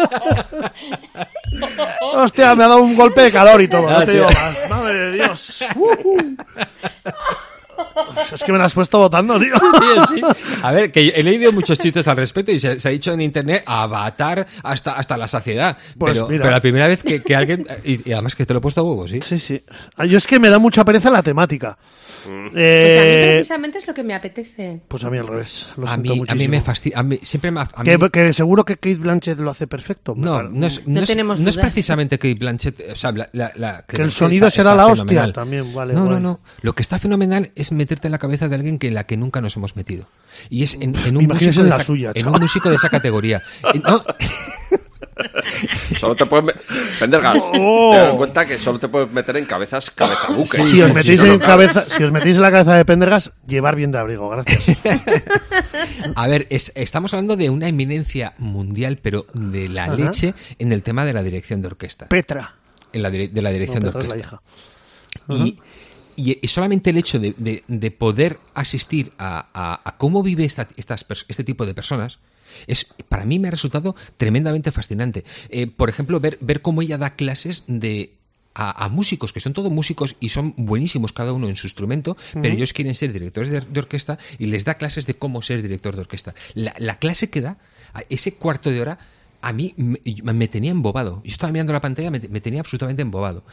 S1: Hostia, me ha dado un golpe de calor y
S3: Ah,
S1: todo. No te digo más. Madre de Dios. Ujú. Es que me la has puesto votando, tío.
S3: Sí, sí. A ver, que he leído muchos chistes al respecto y se, se ha dicho en internet avatar hasta, hasta la saciedad.
S1: Pues
S3: pero,
S1: mira.
S3: pero la primera vez que, que alguien. Y, y además que te lo he puesto a huevo, sí.
S1: Sí, sí. Ah, Yo es que me da mucha pereza la temática.
S4: Pues a mí
S1: Eh,
S4: precisamente es lo que me apetece.
S1: pues a mí al revés. Lo
S3: A
S1: siento
S3: mí, a
S1: muchísimo.
S3: mí me fastidia. a mí- siempre me. ha- a
S1: que,
S3: mí-
S1: que seguro que Kate Blanchett lo hace perfecto. me
S3: no,
S1: parece.
S3: no es,
S4: No
S3: no es-
S4: tenemos
S3: no es
S4: dudas.
S3: precisamente que Blanchett. O sea, la- la- la-
S1: Que el
S3: Blanchett
S1: sonido será la hostia
S3: fenomenal.
S1: también, vale,
S3: No,
S1: guay.
S3: no, no. Lo que está fenomenal es meterte en la cabeza de alguien que en la que nunca nos hemos metido. Y es en, en un,
S1: Imagínese
S3: músico de,
S1: en la
S3: esa-
S1: suya,
S3: en
S1: chaval.
S3: un músico de esa categoría. Eh, No,
S2: Solo te puedes. me- Pendergast,
S1: Oh.
S2: te das cuenta que solo te puedes meter en cabezas cabezabuques.
S1: si,
S3: Sí,
S1: os
S3: sí,
S1: metéis
S3: sí,
S1: en
S2: no, no.
S1: cabeza, si os metéis en la cabeza de Pendergas, llevar bien de abrigo, gracias.
S3: A ver, es- estamos hablando de una eminencia mundial, pero de la
S1: Ajá.
S3: leche en el tema de la dirección de orquesta.
S1: Petra.
S3: En la dire- de la
S1: No,
S3: dirección de
S1: Petra es la
S3: orquesta.
S1: hija.
S3: Y, y- y solamente el hecho de, de- de poder asistir a, a- a cómo vive esta- estas pers- este tipo de personas. Es, para mí me ha resultado tremendamente fascinante. Eh, por ejemplo, ver, ver cómo ella da clases de, a, a músicos, que son todos músicos y son buenísimos cada uno en su instrumento, pero ellos quieren ser directores de, de orquesta y les da clases de cómo ser director de orquesta. La, la clase que da, a ese cuarto de hora, a mí me, yo- me tenía embobado. Yo estaba mirando la pantalla, me, te- me tenía absolutamente embobado.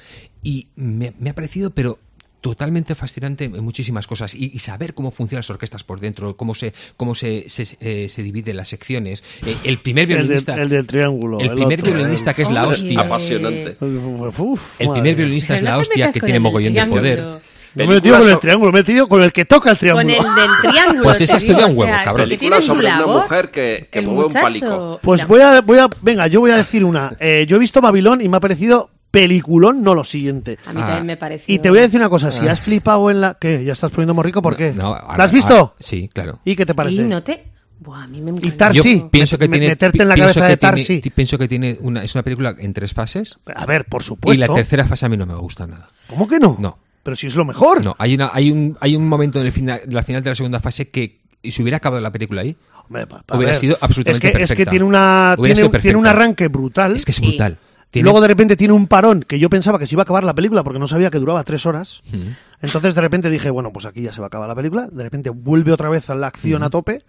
S3: Y me, me ha parecido, pero totalmente fascinante en muchísimas cosas y, y saber cómo funcionan las orquestas por dentro, cómo se, cómo se, se, eh, se dividen las secciones. Eh, el primer
S1: El, de-
S3: violinista,
S1: el del triángulo.
S3: el primer
S1: otro,
S3: violinista que es la
S4: Oye.
S3: hostia.
S2: Apasionante.
S1: Uf, uf,
S3: El
S1: madre
S3: primer
S1: mía.
S3: violinista es
S4: Pero
S3: la
S4: no te
S3: hostia
S4: metas
S3: que
S4: con
S3: tiene
S4: el
S3: mogollón de
S4: triángulo.
S3: poder.
S1: No me he metido
S2: Películas
S1: con el
S2: so-
S1: triángulo, me he metido con el que toca el
S4: Con
S1: triángulo.
S4: el del triángulo.
S3: Pues ese
S4: te digo,
S3: estudia un
S4: o
S3: huevo,
S4: sea,
S3: cabrón.
S4: que
S2: Película
S4: tiene su
S2: sobre una
S4: labor,
S2: mujer que- que
S4: el
S2: mueve un
S4: muchacho,
S2: palico.
S1: Pues
S4: la-
S1: voy a, voy a. Venga, yo voy a decir una. Eh, yo he visto Babilón y me ha parecido peliculón, no lo siguiente.
S4: A mí
S3: Ah.
S4: también me pareció.
S1: Y te voy a decir una cosa, si has flipado en la... ¿Qué? ¿Ya estás poniendo morrico? ¿Por qué?
S3: No, ahora-
S1: ¿La has visto?
S3: ahora- sí, claro.
S1: ¿Y qué te parece?
S4: Y no te... Buah, a mí me encantó.
S1: Tarsi.
S3: Yo
S1: sí,
S3: pienso que
S1: me-
S3: tiene,
S1: meterte en la
S3: pienso
S1: cabeza
S3: que
S1: de
S3: tiene-
S1: Tarsi.
S3: ti- Pienso que tiene una, es una película en tres fases
S1: A ver, por supuesto.
S3: y la tercera fase a mí no me gusta nada.
S1: ¿Cómo que no?
S3: No.
S1: Pero si es lo mejor.
S3: No, hay, una, hay, un, hay un momento en el final, la final de la segunda fase que si hubiera acabado la película ahí,
S1: Hombre, pa- pa- a
S3: hubiera
S1: ver,
S3: sido absolutamente
S1: es que,
S3: perfecta.
S1: Es que tiene, una, tiene,
S3: Hubiera sido
S1: tiene un
S3: perfecta.
S1: arranque brutal.
S3: Es que es
S4: Sí.
S3: brutal.
S1: Y
S3: Tiene-
S1: luego de repente tiene un parón que yo pensaba que se iba a acabar la película porque no sabía que duraba tres horas. Entonces de repente dije, bueno, pues aquí ya se va a acabar la película. De repente vuelve otra vez a la acción a tope.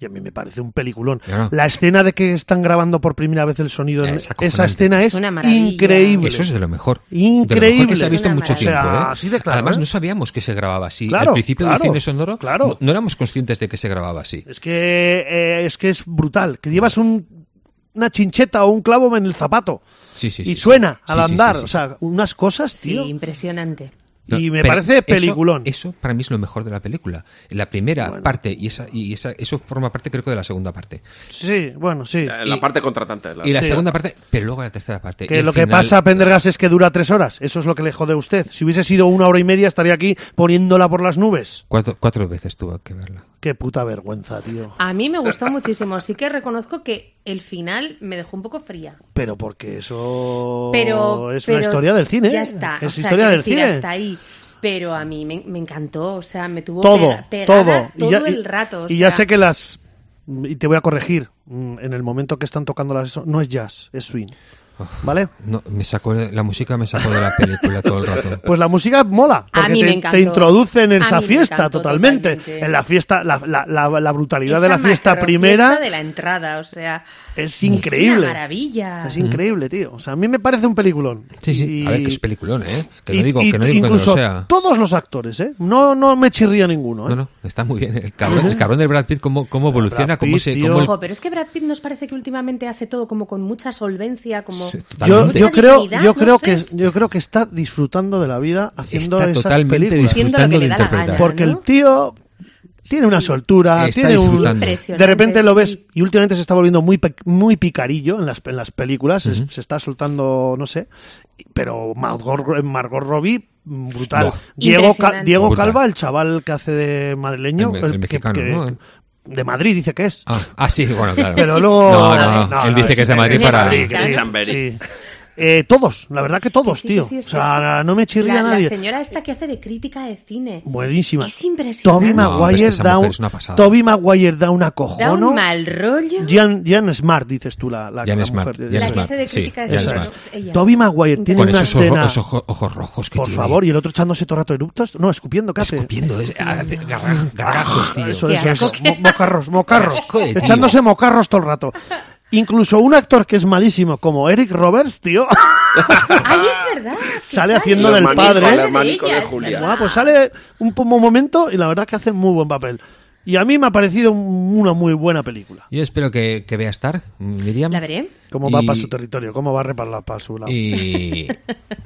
S1: Y a mí me parece un peliculón.
S3: Claro.
S1: La escena de que están grabando por primera vez el sonido, en-
S3: Es
S1: esa
S3: acojonante.
S1: escena es
S4: Es una maravilla.
S1: increíble.
S3: Eso es de lo mejor. De lo
S1: Increíble.
S3: mejor que se ha visto en mucho
S4: Es una
S3: tiempo.
S1: maravilla. O sea,
S3: ¿eh?
S1: así de claro,
S3: Además,
S1: ¿eh?
S3: no sabíamos que se grababa así.
S1: Claro,
S3: Al principio
S1: claro,
S3: del cine sonoro
S1: claro.
S3: no, no éramos conscientes de que se grababa así.
S1: Es que, eh, es que es brutal. Que llevas un- una chincheta o un clavo en el zapato.
S3: Sí, sí,
S1: y
S3: sí, sí.
S1: suena al
S3: Sí, sí, sí,
S1: andar.
S3: sí.
S1: O sea, unas cosas,
S4: Sí,
S1: tío.
S4: impresionante.
S1: y me
S3: pero
S1: parece
S3: eso-
S1: peliculón.
S3: Eso, para mí es lo mejor de la película. La primera parte y esa y esa, eso forma parte creo que de la segunda parte.
S1: Sí, bueno, sí.
S2: Eh, La
S3: Y-
S2: parte contratante. La...
S3: Y la
S1: Sí.
S3: segunda parte, pero luego la tercera parte. Y
S1: Que
S3: el
S1: lo que
S3: final-
S1: pasa, Pendergast, es que dura tres horas. Eso es lo que le jode a usted. Si hubiese sido una hora y media, estaría aquí poniéndola por las nubes.
S3: Cuatro, cuatro veces tuve que verla.
S1: Qué puta vergüenza, tío.
S4: A mí me gustó muchísimo. Sí que reconozco que el final me dejó un poco fría.
S1: Pero porque eso
S4: Pero
S1: es una
S4: pero
S1: historia del cine. ¿eh?
S4: Ya está.
S1: Es
S4: o sea,
S1: historia
S4: quiero
S1: del
S4: decir,
S1: cine.
S4: Hasta ahí. Pero a mí me, me encantó. O sea, me tuvo
S1: todo,
S4: pega- pegada
S1: todo.
S4: todo
S1: ya,
S4: el rato. o
S1: y ya
S4: sea,
S1: sé que las... Y te voy a corregir. mm, En el momento que están tocando las... eso, No es jazz, es swing. ¿Vale?
S3: No, me sacó de- la música me sacó de la película todo el rato.
S1: Pues la música mola,
S4: A
S1: porque
S4: mí
S1: te,
S4: me
S1: te
S4: encantó.
S1: introduce en
S4: A
S1: esa
S4: mí me
S1: fiesta
S4: encantó
S1: totalmente.
S4: totalmente.
S1: En la fiesta, la, la- la- la brutalidad
S4: esa
S1: de la fiesta
S4: macrofiesta
S1: primera
S4: de la entrada, o sea.
S1: es increíble.
S4: Es una maravilla.
S1: Es increíble, tío. O sea, a mí me parece un peliculón.
S3: Sí, sí.
S1: Y-
S3: A ver, que es peliculón, ¿eh? Que
S1: y-
S3: no digo
S1: y
S3: que no, digo que no lo
S1: incluso
S3: sea.
S1: todos los actores, ¿eh? No, no me chirría ninguno, ¿eh?
S3: No, no, está muy bien. El cabrón, el cabrón del Brad Pitt, cómo, cómo evoluciona,
S1: Brad
S3: cómo
S1: Pitt,
S3: se.
S1: tío.
S3: cómo el-
S4: Ojo, pero es que Brad Pitt nos parece que últimamente hace todo como con mucha solvencia, como...
S3: Sí,
S1: Yo,
S3: totalmente.
S1: yo creo,
S4: dignidad,
S1: yo
S4: no
S1: creo
S4: sé,
S1: que
S4: es-
S1: yo creo que está disfrutando de la vida haciendo
S3: está
S1: esas
S3: totalmente
S1: películas.
S4: Haciendo lo
S3: disfrutando
S4: que
S3: de
S4: le da la
S3: interpretar.
S4: gana.
S3: Por-
S1: Porque el tío tiene una soltura,
S3: Está
S1: tiene un,
S3: disfrutando.
S1: de
S4: Impresionante,
S1: repente lo ves
S4: sí.
S1: y últimamente se está volviendo muy pe- muy picarillo en las en las películas, se- se está soltando, no sé, pero Margot, Margot Robbie mm, brutal.
S3: Buah.
S1: Diego Ca-
S4: Impresionante.
S1: Diego
S3: Brutal.
S1: Calva, el chaval que hace de madrileño,
S3: El me- el
S1: que-
S3: mexicano,
S1: que-
S3: ¿no?
S1: de Madrid dice que es.
S3: Ah, ah, sí, bueno, claro.
S1: Pero luego
S3: No, no, no, él dice que es de Madrid para-
S4: Claro.
S2: Chamberí.
S1: sí. Eh, todos, la verdad que todos,
S4: Sí,
S1: tío.
S4: sí, es
S1: o
S4: que es
S1: sea,
S4: que
S1: no me chirría
S4: la,
S1: nadie.
S4: La señora esta que hace de crítica de cine.
S1: Buenísima.
S4: Es impresionante.
S1: Toby
S3: No, hombre, es
S1: Maguire
S3: que esa
S1: da
S3: mujer
S1: un,
S3: es una pasada.
S1: Tobey Maguire da una
S4: Da un
S1: cojono.
S4: mal rollo.
S1: Jan, Jan Smart, dices tú, la, la,
S3: Jan
S1: la
S3: Smart,
S1: mujer.
S3: Jan
S1: Eso
S4: la
S1: es.
S4: que
S3: Smart.
S4: hace de
S3: Sí,
S4: crítica de
S3: Jan
S1: Eso
S4: cine.
S1: es.
S3: Smart.
S4: Es ella.
S1: Toby Maguire tiene
S3: Con
S1: una
S3: esos ojos,
S1: escena...
S3: ojos- ojos rojos que
S1: por
S3: tiene.
S1: favor, y el otro echándose todo el rato eructos. No, escupiendo, ¿qué hace?
S3: Escupiendo, es, hace garra- gargajos, tío.
S1: Ah, Eso,
S4: Qué
S1: eso,
S4: asco,
S1: eso.
S4: qué
S1: Mo- Mocarros, mocarros.
S3: Qué asco de tío.
S1: Echándose mocarros todo el rato. Incluso un actor que es malísimo, como Eric Roberts, tío,
S4: Ay, es verdad. sí
S1: sale
S4: sale.
S1: haciendo
S2: El
S1: del
S2: hermanico,
S1: padre.
S2: El
S4: ¿eh?
S2: hermanico
S4: De
S2: de
S4: ella, es
S2: Julia.
S4: verdad.
S1: Guau, pues sale un poco momento y la verdad que hace muy buen papel. Y a mí me ha parecido un- una muy buena película.
S3: Yo espero que, que vea estar, Miriam.
S4: La veré.
S1: Cómo va
S3: Y-
S1: para su territorio, cómo va para, para su lado.
S3: Y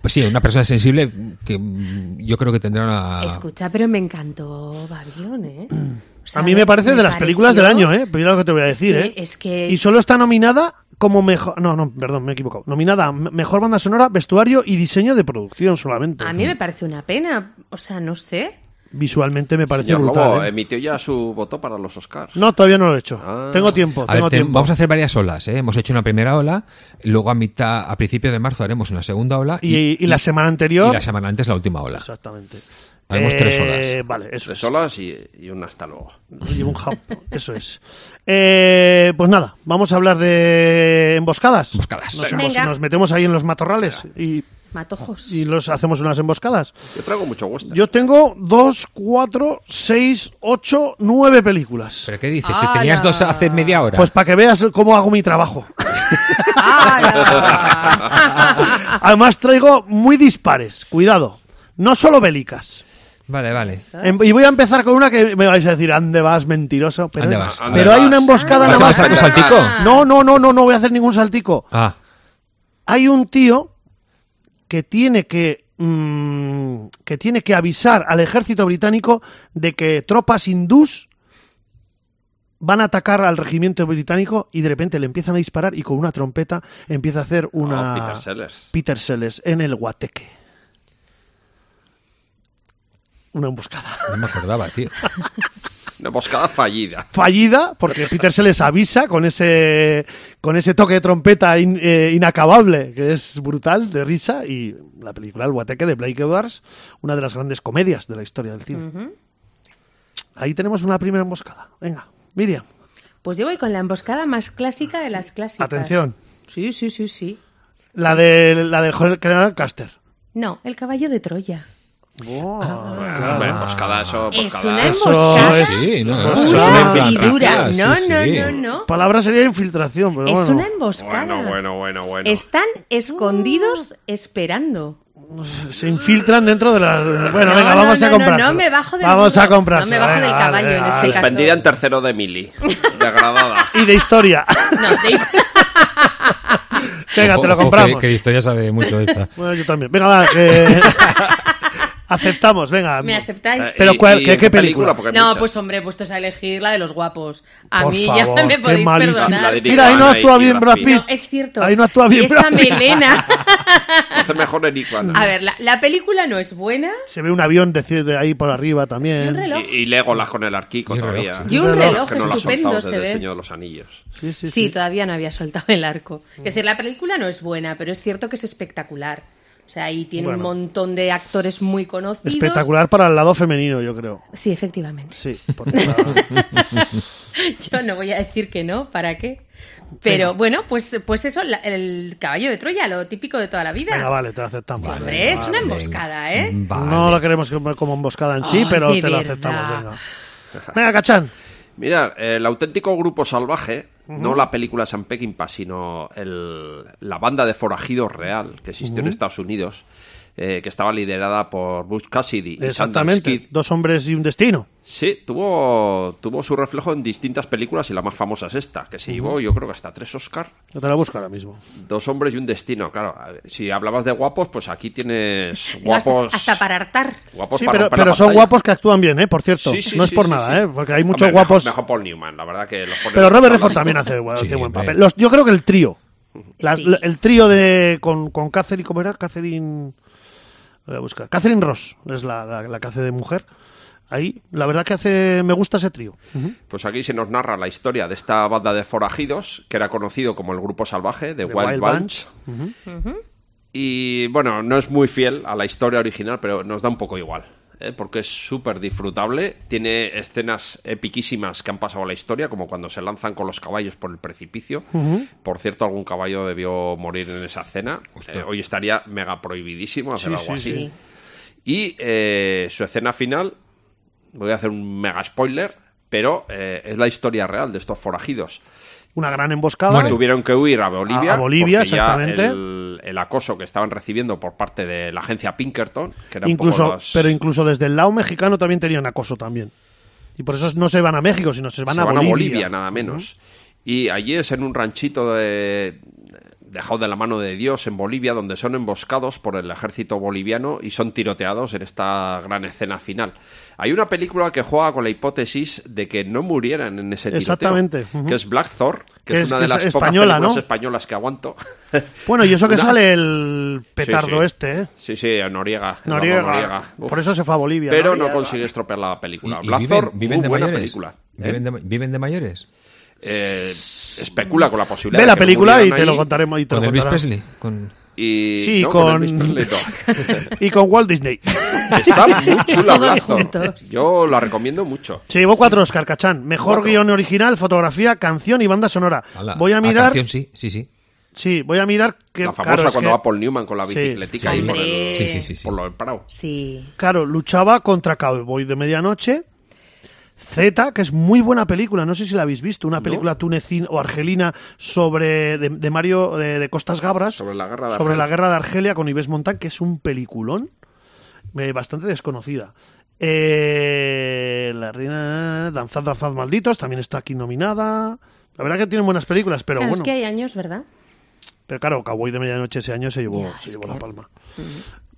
S3: pues sí, una persona sensible que mm, yo creo que tendrá una.
S4: Escucha, pero me encantó Babilón, ¿eh? O sea,
S1: Mm. a mí me parece de las
S4: pareció-
S1: películas del año, ¿eh? Primero lo que te voy a decir,
S4: que-
S1: ¿eh?
S4: es que-
S1: Y solo está nominada como mejor... No, no, perdón, me he equivocado. Nominada a me- mejor banda sonora, vestuario y diseño de producción solamente.
S4: A mí me parece una pena. O sea, no sé.
S1: Visualmente me parece
S2: Señor
S1: brutal.
S2: Lobo
S1: ¿eh?
S2: emitió ya su voto para los Oscars.
S1: No, todavía no lo he hecho.
S2: Ah.
S1: Tengo tiempo,
S3: A ver,
S1: tengo
S3: ten-
S1: tiempo.
S3: vamos a hacer varias olas. ¿eh? Hemos hecho una primera ola, luego a mitad, a principios de marzo haremos una segunda ola
S1: y, y la semana anterior...
S3: y la semana antes la última ola.
S1: Exactamente. Eh,
S3: Haremos tres horas.
S1: Vale, eso
S2: Tres
S1: es.
S2: olas y, y un hasta luego.
S1: Llevo un jabón. Eso es. Eh, pues nada, vamos a hablar de emboscadas.
S3: Emboscadas.
S1: Nos,
S4: Venga.
S1: embos- nos metemos ahí en los matorrales y,
S4: Matojos.
S1: y los hacemos unas emboscadas.
S2: Yo traigo mucho western.
S1: Yo tengo dos, cuatro, seis, ocho, nueve películas.
S3: ¿Pero qué dices? Si tenías dos hace media hora.
S1: Pues para que veas cómo hago mi trabajo.
S4: ¡Hala!
S1: Además traigo muy dispares, cuidado. No solo bélicas.
S3: vale, vale.
S1: Em- Y voy a empezar con una que me vais a decir, ¿ande vas, mentiroso? Pero,
S3: Ande
S1: es-
S3: vas.
S1: pero
S2: Ande
S1: hay
S2: vas.
S1: una emboscada
S4: Ah.
S3: ¿Vas
S1: nada
S3: a
S1: más.
S3: pasar un saltico?
S1: No, no, no, no, no voy a hacer ningún saltico.
S3: Ah,
S1: hay un tío que tiene que mm, que tiene que avisar al ejército británico de que tropas hindús van a atacar al regimiento británico y de repente le empiezan a disparar y con una trompeta empieza a hacer una
S2: Ah, Peter Sellers.
S1: Peter Sellers en el Guateque. Una emboscada.
S3: no me acordaba, tío.
S2: Una emboscada fallida.
S1: Fallida, porque Peter Sellers avisa con ese con ese toque de trompeta in- eh, inacabable, que es brutal, de risa, y la película El Guateque de Blake Edwards, una de las grandes comedias de la historia del cine. Ahí tenemos una primera emboscada. Venga, Miriam,
S4: Pues yo voy con la emboscada más clásica de las clásicas.
S1: atención.
S4: Sí, sí, sí, sí.
S1: La de la del general Caster.
S4: No, el caballo de Troya. Ah.
S2: Hombre, emboscada, eso.
S4: Es
S2: emboscada.
S4: una
S1: Eso
S4: emboscada.
S1: Ah. es-
S3: Sí, no,
S1: Pues
S3: eso es
S1: claro.
S3: una
S4: Pura y dura.
S3: infiltración,
S4: No,
S3: sí,
S4: no,
S3: sí.
S4: no, no.
S1: Oh, Palabra sería infiltración, pero
S4: Es
S1: bueno.
S4: una emboscada.
S2: Bueno, bueno, bueno, bueno.
S4: Están escondidos esperando.
S1: Se infiltran dentro de la. Bueno,
S4: No,
S1: venga,
S4: no,
S1: vamos
S4: no,
S1: a
S4: no,
S1: comprar.
S4: no me bajo del
S1: Vamos
S4: burro.
S1: a comprar.
S4: No me bajo del caballo en este caso.
S2: Suspendida en tercero de Mili. Degradada.
S1: Y de historia.
S4: No, de-
S1: Venga, te lo
S3: Ojo,
S1: compramos.
S3: Que, que de historia sabe mucho esta.
S1: Bueno, yo también. Venga, va. que- Aceptamos, venga.
S4: ¿Me aceptáis?
S2: Eh,
S1: Pero
S2: y-
S1: cuál-
S2: y
S1: ¿qué-
S2: en
S1: qué película?
S2: Porque hay
S4: No,
S2: muchas.
S4: pues hombre, puestos a elegir la de los guapos. A
S1: Por
S4: mí
S1: favor,
S4: ya me
S1: qué
S4: podéis
S1: malísimo.
S4: perdonar.
S2: La de-
S1: Mira, ahí no
S2: Iguana y
S1: actúa bien
S2: Brad
S1: Brad
S2: Pitt.
S1: Pitt.
S4: No, es cierto.
S1: Ahí no actúa bien
S4: Esa
S1: Brad Pitt.
S4: melena.
S2: Hace mejor en Iguana.
S4: pues- A ver, la, la película no es buena.
S1: Se ve un avión de, de ahí por arriba
S4: Y un
S1: también.
S4: reloj.
S2: Y, y Legolas con el arquico
S3: Y un reloj,
S2: todavía.
S4: Y un
S1: reloj
S4: reloj
S2: que no lo ha soltado
S4: estupendo
S2: desde
S4: se
S2: el
S4: ve.
S2: Señor de los Anillos.
S1: Sí, sí,
S4: Sí,
S1: sí.
S4: todavía no había soltado el arco. Es decir, la película no es buena, pero es cierto que es espectacular. O sea, ahí tiene un
S1: Bueno.
S4: montón de actores muy conocidos.
S1: Espectacular para el lado femenino, yo creo.
S4: Sí, efectivamente.
S1: Sí. porque la-
S4: Yo no voy a decir que no, ¿para qué? Pero bueno, pues, pues eso, la- el caballo de Troya, lo típico de toda la vida.
S1: venga, vale, te lo aceptamos.
S4: Sí, hombre, es una emboscada, ¿eh?
S3: Vale.
S1: No lo queremos como como emboscada en sí,
S4: Ay,
S1: pero
S4: de
S1: te lo
S4: verdad.
S1: aceptamos. Venga, venga Cachán.
S2: Mira, el auténtico grupo salvaje, no la película San Peckinpah, sino el- la banda de forajidos real que existió en Estados Unidos, eh, que estaba liderada por Bush Cassidy y Sundance
S1: Exactamente.
S2: Kid.
S1: Dos hombres y un destino.
S2: Sí, tuvo, tuvo su reflejo en distintas películas y la más famosa es esta, que se llevó yo creo que hasta tres Oscar,
S1: Yo te la busco ahora mismo.
S2: dos hombres y un destino. Claro, a ver, si hablabas de guapos, pues aquí tienes
S4: Digo, hasta-
S2: guapos...
S4: Hasta, para hartar.
S2: guapos
S1: sí,
S2: para
S1: pero,
S2: romper la
S1: pero son
S2: pantalla.
S1: guapos que actúan bien, ¿eh? Por cierto.
S2: Sí, sí,
S1: no es
S2: sí,
S1: por
S2: sí,
S1: nada,
S2: sí.
S1: ¿eh? Porque hay muchos
S2: Hombre, mejor-
S1: guapos.
S2: Mejor, Paul Newman, la verdad que los pone-
S1: Pero Robert Redford
S2: hablando.
S1: también hace, bu- hace
S3: Sí,
S1: buen papel.
S3: hombre.
S1: Los, yo creo que el trío. Las-
S4: Sí.
S1: lo- El trío de con, con Catherine, ¿cómo era? Catherine. lo voy a buscar. Catherine Ross es la, la- la que hace de mujer. Ahí, la verdad que hace. Me gusta ese trío.
S2: Pues aquí se nos narra la historia de esta banda de forajidos, que era conocido como el Grupo Salvaje, de
S1: The
S2: Wild,
S1: Wild
S2: Bunch, Y bueno, no es muy fiel a la historia original, pero nos da un poco igual. ¿eh? Porque es súper disfrutable. Tiene escenas epiquísimas que han pasado a la historia, como cuando se lanzan con los caballos por el precipicio. Por cierto, algún caballo debió morir en esa escena. Eh, hoy estaría mega prohibidísimo hacer
S1: Sí,
S2: algo
S1: sí,
S2: así.
S1: sí.
S2: Y eh, su escena final, voy a hacer un mega spoiler, pero eh, es la historia real de estos forajidos.
S1: Una gran emboscada.
S2: Que tuvieron que huir a Bolivia.
S1: A- a Bolivia,
S2: porque ya
S1: exactamente.
S2: el, el acoso que estaban recibiendo por parte de la agencia Pinkerton, que era un poco
S1: incluso,
S2: los-
S1: Pero incluso desde el lado mexicano también tenían acoso también. Y por eso no se van a México, sino se van,
S2: se
S1: a, Bolivia.
S2: nada menos. Y allí es en un ranchito de dejado de la mano de Dios en Bolivia, donde son emboscados por el ejército boliviano y son tiroteados en esta gran escena final. Hay una película que juega con la hipótesis de que no murieran en ese tiroteo.
S1: Exactamente, ujú.
S2: Que es Black Thor, que,
S1: Que
S2: es,
S1: es-
S2: una
S1: que
S2: de
S1: es
S2: las
S1: española,
S2: pocas películas
S1: ¿no?
S2: españolas que aguanto.
S1: Bueno, y eso que
S2: Una-
S1: sale el petardo
S2: sí.
S1: este, ¿eh?
S2: Sí, sí, a Noriega. el
S1: Noriega.
S2: Ramón Noriega. Uf.
S1: Por eso se fue a Bolivia.
S2: Pero
S1: ¿no?
S2: no consigue estropear la película.
S3: Y- y
S2: Black
S3: viven,
S2: Thor,
S3: viven
S2: muy
S3: de
S2: buena
S3: mayores.
S2: película. ¿eh?
S3: Viven, de, viven de mayores.
S2: Eh, especula con la posibilidad
S1: Ve
S2: de
S1: la
S2: que
S1: película y
S2: murieran
S1: te lo
S2: ahí
S1: contaremos. Y te lo
S3: Con Elvis
S1: contará.
S3: Presley. Con...
S2: y-
S1: Sí,
S2: no,
S1: con-
S2: Elvis Presley, no.
S1: Y con Walt Disney.
S2: Está muy chula
S4: Todos
S2: Black Thor.
S4: juntos.
S2: Yo la recomiendo mucho.
S1: Se llevó cuatro Oscar, Cachán. Mejor
S2: Cuatro.
S1: guión original, fotografía, canción y banda sonora.
S3: ala,
S1: voy a mirar.
S3: canción, sí, sí, sí.
S1: Sí, voy a mirar que.
S2: la famosa
S1: claro, es
S2: cuando
S1: que-
S2: va Paul Newman con la
S1: Sí,
S2: bicicletica
S4: sí.
S2: ahí por,
S4: Hombre.
S2: el,
S3: Sí, sí, sí. sí.
S2: por lo del Prado.
S4: Sí.
S1: Claro, luchaba contra Cowboy de Medianoche. Z, que es muy buena película, no sé si la habéis visto, una película tunecina o argelina sobre de, de Mario de, de Costas Gabras
S2: Sobre la guerra de
S1: sobre
S2: Argelia.
S1: la guerra de Argelia con Yves Montand, que es un peliculón eh, bastante desconocida. Eh, la reina Danzad, Danzad Malditos también está aquí nominada. La verdad que tienen buenas películas, pero
S4: claro,
S1: bueno.
S4: es que hay años, ¿verdad?
S1: Pero claro, Cowboy de Medianoche ese año se llevó,
S4: Ya,
S1: se
S4: es
S1: llevó
S4: que-
S1: la palma.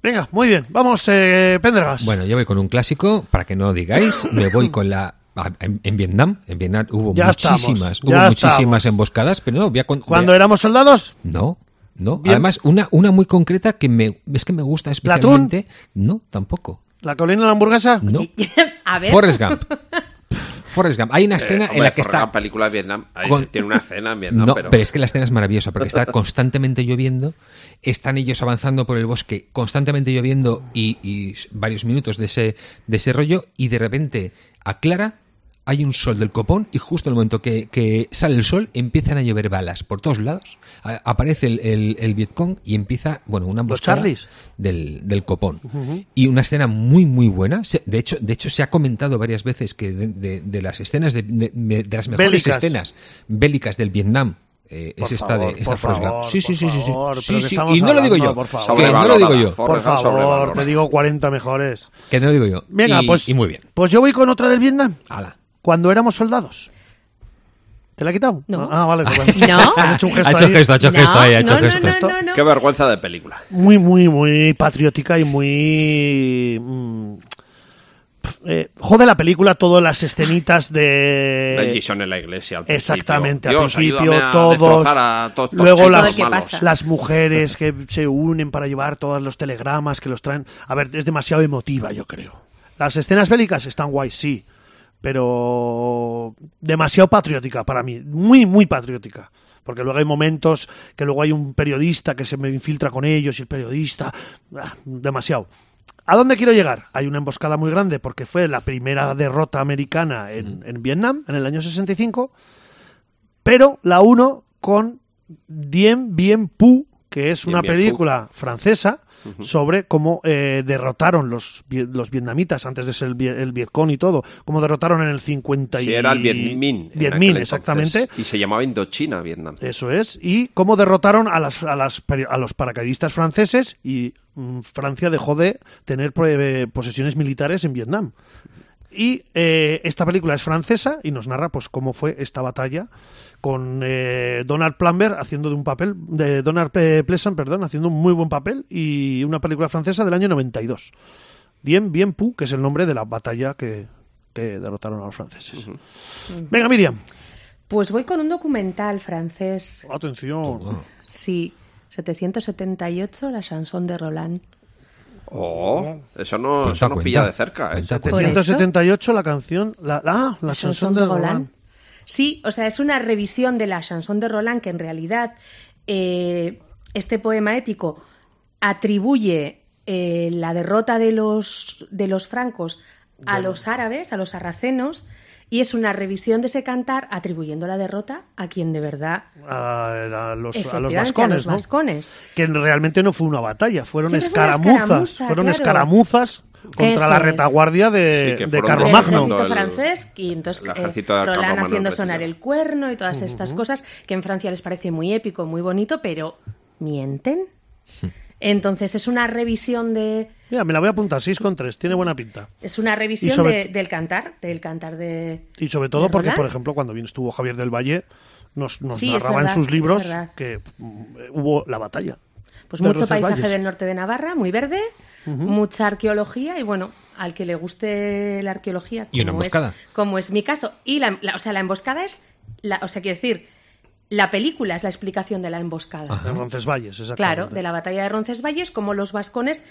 S1: Venga, muy bien. Vamos, eh, Pendergast.
S3: Bueno, yo voy con un clásico, para que no lo digáis, me voy con la... a- En, en Vietnam, en Vietnam hubo
S1: Ya estamos,
S3: muchísimas,
S1: ya
S3: hubo muchísimas
S1: estamos.
S3: emboscadas, pero no, voy a con- voy a-
S1: Cuando éramos soldados,
S3: No, no.
S1: Bien.
S3: Además, una, una muy concreta que me, es que me gusta especialmente. No, tampoco.
S1: la colina de la hamburguesa.
S3: No.
S4: a ver.
S3: Forrest Gump. Forrest Gump. Hay una
S2: Eh,
S3: escena
S2: hombre,
S3: en la que
S2: Forrest Gump,
S3: está.
S2: película de Vietnam. Ahí
S3: con-
S2: Tiene una escena en Vietnam,
S3: No,
S2: pero...
S3: es que la escena es maravillosa porque está constantemente lloviendo, están ellos avanzando por el bosque, constantemente lloviendo y, y varios minutos de ese, de ese rollo y de repente aclara, hay un sol del copón y justo en el momento que, que sale el sol empiezan a llover balas por todos lados, A- aparece el, el, el Vietcong y empieza, bueno, una emboscada
S1: Charlies?
S3: del, del copón. Y una escena muy, muy buena. Se- De hecho, de hecho se ha comentado varias veces que de, de- de las escenas, de, de- de las mejores
S1: Bélicas.
S3: escenas bélicas del Vietnam, eh,
S1: Por
S3: es esta
S1: favor,
S3: de esta
S1: por
S3: Forrest Gump.
S1: favor,
S3: Sí, sí,
S1: por
S3: sí, sí, sí.
S1: favor,
S3: Sí,
S1: pero que
S3: sí,
S1: estamos
S3: Y no lo digo yo.
S1: hablando, por favor.
S3: Que no lo digo
S2: Sobrevalorada.
S3: yo.
S1: Por
S2: Forrest Gump
S1: favor,
S2: sobrevalorada.
S1: te digo 40 mejores.
S3: Que no lo digo yo.
S1: Venga,
S3: y,
S1: pues.
S3: y muy bien.
S1: Pues yo voy con otra del Vietnam.
S3: Ala.
S1: Cuando éramos soldados. ¿Te la he quitado?
S4: No.
S1: Ah, vale. pues,
S4: No.
S1: Has hecho un gesto.
S3: Ha hecho
S1: ahí.
S3: gesto, ha hecho
S4: No,
S3: gesto ahí, ha hecho
S4: no, no,
S3: gesto.
S4: no, no, no.
S2: Qué vergüenza de película.
S1: Muy, muy, muy patriótica y muy. mm, pf, eh, jode la película todas las escenitas
S2: De
S1: de.
S2: Jason en la iglesia. al principio.
S1: Eh, Exactamente, al
S2: Dios,
S1: principio
S2: ayúdame a
S1: todos.
S2: destrozar a todos los
S1: luego
S2: chicos
S1: las,
S4: Todo lo que
S2: malos.
S4: pasa.
S1: las mujeres que se unen para llevar todos los telegramas que los traen. A ver, es demasiado emotiva, yo creo. Las escenas bélicas están guay, sí, pero demasiado patriótica para mí, muy, muy patriótica. Porque luego hay momentos que luego hay un periodista que se me infiltra con ellos y el periodista. ah, demasiado. ¿A dónde quiero llegar? Hay una emboscada muy grande porque fue la primera derrota americana en, en Vietnam en el año 65 pero la uno con Dien Bien Phu, que es
S2: Dien
S1: una
S2: Bien Phu.
S1: película francesa sobre cómo eh, derrotaron los, vi- los vietnamitas antes de ser el, vi- el Vietcong y todo, cómo derrotaron en el 50 y...
S2: Sí, era el Vietmin. en
S1: Vietmin,
S2: aquel
S1: exactamente.
S2: entonces. Y se llamaba Indochina, Vietnam.
S1: Eso es. Y cómo derrotaron a, las, a, las peri- a los paracaidistas franceses y mm, Francia dejó de tener pro- eh, posesiones militares en Vietnam. Y eh, esta película es francesa y nos narra pues cómo fue esta batalla con eh, Donald Plumber haciendo de un papel de Donald eh, Pleasant, perdón, haciendo un muy buen papel y una película francesa del año 92. Bien, bien Pu, que es el nombre de la batalla que, que derrotaron a los franceses. Venga, Miriam.
S4: Pues voy con un documental francés.
S1: Atención.
S4: Sí. 778, La Chanson de Roland.
S2: Oh, eso no,
S3: Cuenta,
S2: eso nos pilla
S3: cuenta.
S2: de cerca. ¿eh?
S3: Cuenta,
S2: Eso-
S3: cuenta.
S4: Por eso.
S1: 178, la canción. La, ah, la chanson de Roland.
S4: Sí, o sea, es una revisión de la chanson de Roland que en realidad eh, este poema épico atribuye eh, la derrota de los, de los francos a los árabes, a los sarracenos, y es una revisión de ese cantar atribuyendo la derrota a quien de verdad...
S1: A, a los, a los
S4: efectivamente,
S1: vascones, ¿no?
S4: vascones.
S1: que realmente no fue una batalla, fueron
S4: Siempre fue una
S1: escaramuzas,
S4: escaramuza,
S1: fueron
S4: claro.
S1: escaramuzas contra
S4: Eso
S1: la
S4: es.
S1: retaguardia de,
S2: Sí, que
S1: de
S2: fueron
S1: Carlomagno.
S4: del
S2: Todo
S4: ejército
S2: el-
S4: francés y entonces
S2: el
S4: eh,
S2: ejército de pues,
S4: Roland
S2: Carlomagno
S4: haciendo
S2: recibió.
S4: sonar el cuerno y todas estas cosas que en Francia les parece muy épico, muy bonito, pero mienten. Entonces es una revisión de
S1: Mira, me la voy a apuntar, 6 con 3, tiene buena pinta.
S4: es una revisión
S1: sobre-
S4: de- del cantar, del cantar de
S1: Y sobre todo
S4: ¿De
S1: porque,
S4: Roland?
S1: por ejemplo, cuando bien estuvo Javier del Valle, nos, nos
S4: Sí, es
S1: narraba
S4: verdad,
S1: en sus
S4: es
S1: libros
S4: verdad.
S1: que mm, hubo la batalla.
S4: pues
S1: de
S4: mucho
S1: los
S4: paisaje
S1: valles.
S4: del norte de Navarra, muy verde, mucha arqueología y bueno, al que le guste la arqueología
S3: Y una
S4: como es-
S3: emboscada.
S4: como es mi caso y la, la- o sea, la emboscada es la, o sea, quiero decir, la película es la explicación de la emboscada.
S1: De Roncesvalles, exactamente.
S4: Claro, de la batalla de Roncesvalles, como los vascones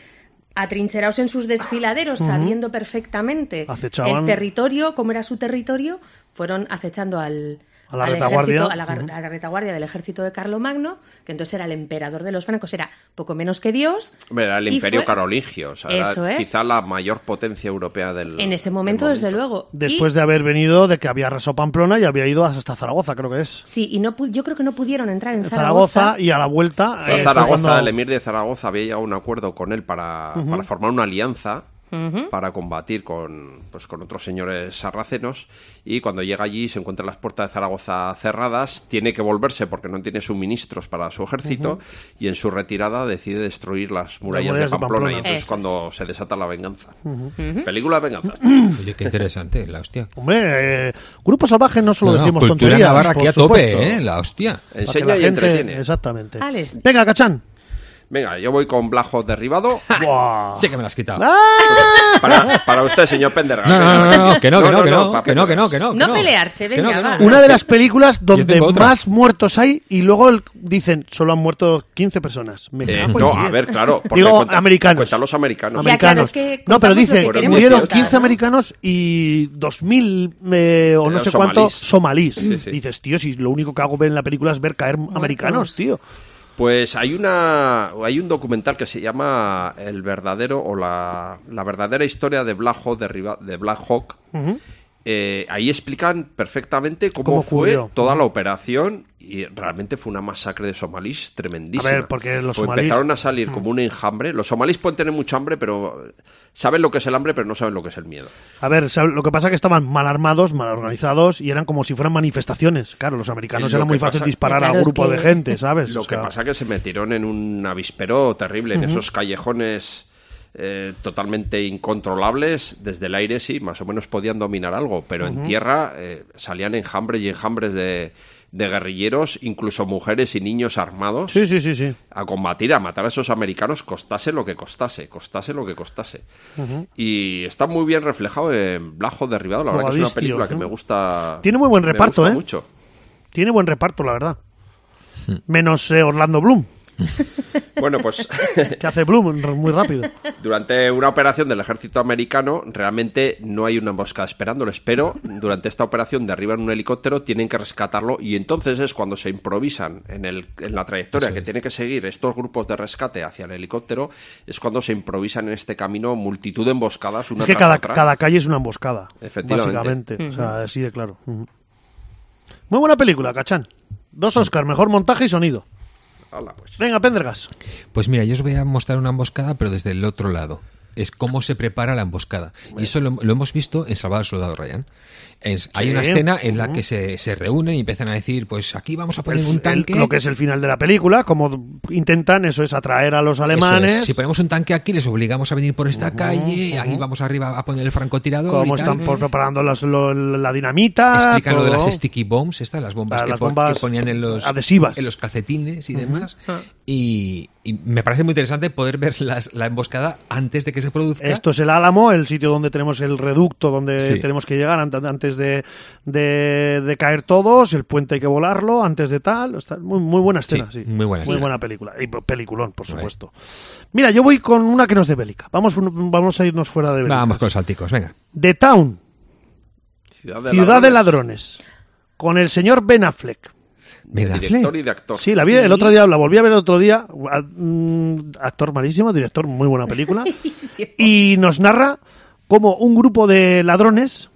S4: atrincherados en sus desfiladeros, sabiendo perfectamente
S1: Acechaban.
S4: el territorio, cómo era su territorio, fueron acechando al,
S1: A la
S4: al
S1: retaguardia.
S4: ejército- a, la, gar-
S1: Ujú.
S4: a la retaguardia del ejército de Carlomagno, que entonces era el emperador de los francos, era poco menos que Dios.
S2: Hombre, era el
S4: y
S2: imperio
S4: fue-
S2: carolingio, o sea, era
S4: Eso es.
S2: quizá la mayor potencia europea del
S4: En ese momento,
S2: del
S4: desde luego. Y-
S1: Después de haber venido, de que había arrasado Pamplona y había ido hasta Zaragoza, creo que es.
S4: Sí, y no pu- yo creo que no pudieron entrar en
S1: En Zaragoza,
S4: Zaragoza.
S1: y a la vuelta.
S2: Fue
S1: eh, fue
S2: a Zaragoza,
S1: cuando-
S2: el emir de Zaragoza había llegado a un acuerdo con él para, para formar una alianza para combatir con, pues, con otros señores sarracenos. Y cuando llega allí se encuentra las puertas de Zaragoza cerradas, tiene que volverse porque no tiene suministros para su ejército y en su retirada decide destruir las murallas,
S1: murallas
S2: de
S1: de
S2: Pamplona.
S1: Pamplona.
S2: Y entonces
S4: Eso es.
S2: cuando se desata la venganza. Película de venganza.
S3: Oye, qué interesante, la hostia.
S1: Hombre, eh, Grupo Salvaje no solo
S3: No, no,
S1: decimos
S3: cultura
S1: tonterías.
S3: navarra
S1: por
S3: aquí a
S1: supuesto.
S3: tope, ¿eh? La hostia.
S1: Para que
S2: Enseña
S1: la
S2: y
S1: gente-
S2: entretiene.
S1: Exactamente.
S4: Vale.
S1: Venga, Cachán.
S2: Venga, yo voy con Blajo derribado.
S1: Buah.
S3: Sí que me la has quitado.
S1: Ah.
S2: Para, para usted, señor Pendergast.
S3: No, no, no, no, que no, que no, que no,
S2: para
S3: que no, que no, que no.
S4: No pelearse, venga, va.
S1: Una de las películas donde
S3: tengo otra.
S1: más muertos hay y luego el- dicen, solo han muerto 15 personas. Me
S2: Eh,
S1: cago en
S2: no,
S1: diez.
S2: a ver, claro. porque
S1: pues Digo,
S2: cuenta-
S1: americanos.
S2: Cuenta los americanos.
S4: Ya, claro,
S1: Americanos.
S4: es que
S1: no, pero
S4: contamos lo
S1: dicen,
S4: que
S2: queremos
S1: murieron
S2: contar,
S1: 15
S4: ¿no?
S1: americanos y 2.000 eh, o no
S2: Eran
S1: sé cuánto somalís.
S2: Sí, sí.
S1: Dices, tío, si lo único que hago ver en la película es ver caer americanos, tío.
S2: Pues hay una hay un documental que se llama El verdadero o la, la verdadera historia de Black Hawk, derriba- de Black Hawk. Eh, ahí explican perfectamente cómo,
S1: Cómo
S2: fue
S1: ocurrió.
S2: toda la operación y realmente fue una masacre de somalíes tremendísima.
S1: A ver, porque los
S2: Pues
S1: somalíes-
S2: empezaron a salir como un enjambre. Los somalíes pueden tener mucho hambre, pero saben lo que es el hambre, pero no saben lo que es el miedo.
S1: A ver, ¿sabes? lo que pasa es que estaban mal armados, mal organizados y eran como si fueran manifestaciones. Claro, los americanos
S2: Y lo
S1: era muy
S2: que
S1: fácil
S2: pasa-
S1: disparar
S4: Claro,
S1: a un
S4: es
S1: grupo
S4: que-
S1: de gente, ¿sabes?
S2: Lo
S1: Pues, O
S2: que
S1: sea,
S2: pasa que se metieron en un avispero terrible, en esos callejones eh, totalmente incontrolables. Desde el aire sí, más o menos podían dominar algo, pero en tierra eh, salían enjambres y enjambres de, de guerrilleros, incluso mujeres y niños armados.
S1: Sí, sí, sí, sí.
S2: A combatir, a matar a esos americanos, costase lo que costase, costase lo que costase. Y está muy bien reflejado en Blajo Derribado. La verdad que es una
S1: Mogadiscio,
S2: película que
S1: ujú.
S2: me gusta.
S1: Tiene muy buen
S2: me
S1: reparto,
S2: gusta
S1: ¿eh?
S2: Mucho.
S1: Tiene buen reparto, la verdad.
S2: Hmm.
S1: Menos eh, Orlando Bloom,
S2: Bueno, pues
S1: que hace Bloom r- muy rápido.
S2: Durante una operación del ejército americano, realmente no hay una emboscada esperándoles, pero durante esta operación derriban un helicóptero, tienen que rescatarlo y entonces es cuando se improvisan en, el- en la trayectoria que tiene que seguir estos grupos de rescate hacia el helicóptero, es cuando se improvisan en este camino multitud de emboscadas, una
S1: es que
S2: tras
S1: cada,
S2: otra.
S1: cada calle es una emboscada,
S2: Efectivamente.
S1: básicamente. O sea, así de claro. Ujú. Muy buena película, Cachán. Dos Oscar, mejor montaje y sonido.
S2: Hala, pues.
S1: Venga, Pendergas.
S3: Pues mira, yo os voy a mostrar una emboscada, pero desde el otro lado. Es cómo se prepara la emboscada. Y eso lo, lo hemos visto en Salvador Soldado Ryan. Es- hay una escena en la que se, se reúnen y empiezan a decir, pues aquí vamos a poner
S1: El-
S3: un tanque.
S1: el- lo que es el final de la película, como intentan, eso es atraer a los
S3: Eso es,
S1: alemanes.
S3: Si ponemos un tanque aquí, les obligamos a venir por esta calle, ahí vamos arriba a poner el francotirador. y
S1: Cómo
S3: tal. Mm.
S1: están por- preparando las- lo- la dinamita.
S3: Explican lo de
S1: todo.
S3: las sticky bombs, estas, las bombas,
S1: Ah,
S3: que,
S1: las
S3: pon-
S1: bombas
S3: que ponían en los,
S1: adhesivas.
S3: en los calcetines y demás. Y, y me parece muy interesante poder ver las- la emboscada antes de que se produzca.
S1: Esto es el Álamo, el sitio donde tenemos el reducto, donde
S3: Sí.
S1: tenemos que llegar an- antes de, de- de caer todos, el puente hay que volarlo antes de tal. Está muy, muy buena escena, sí.
S3: Sí, muy buena escena.
S1: película. Y p- peliculón, por supuesto. Mira, yo voy con una que no es de bélica. Vamos, un- vamos a irnos fuera de bélica.
S3: Vamos con los salticos, venga.
S1: The Town,
S2: Ciudad de
S1: Ciudad de Ladrones,
S2: Ladrones.
S1: con el señor Ben Affleck.
S3: Ben
S2: de
S3: Affleck.
S2: director y de actor.
S1: Sí, la vi el otro día, la volví a ver el otro día. a- mm, Actor malísimo, director, muy buena película. y nos narra cómo un grupo de ladrones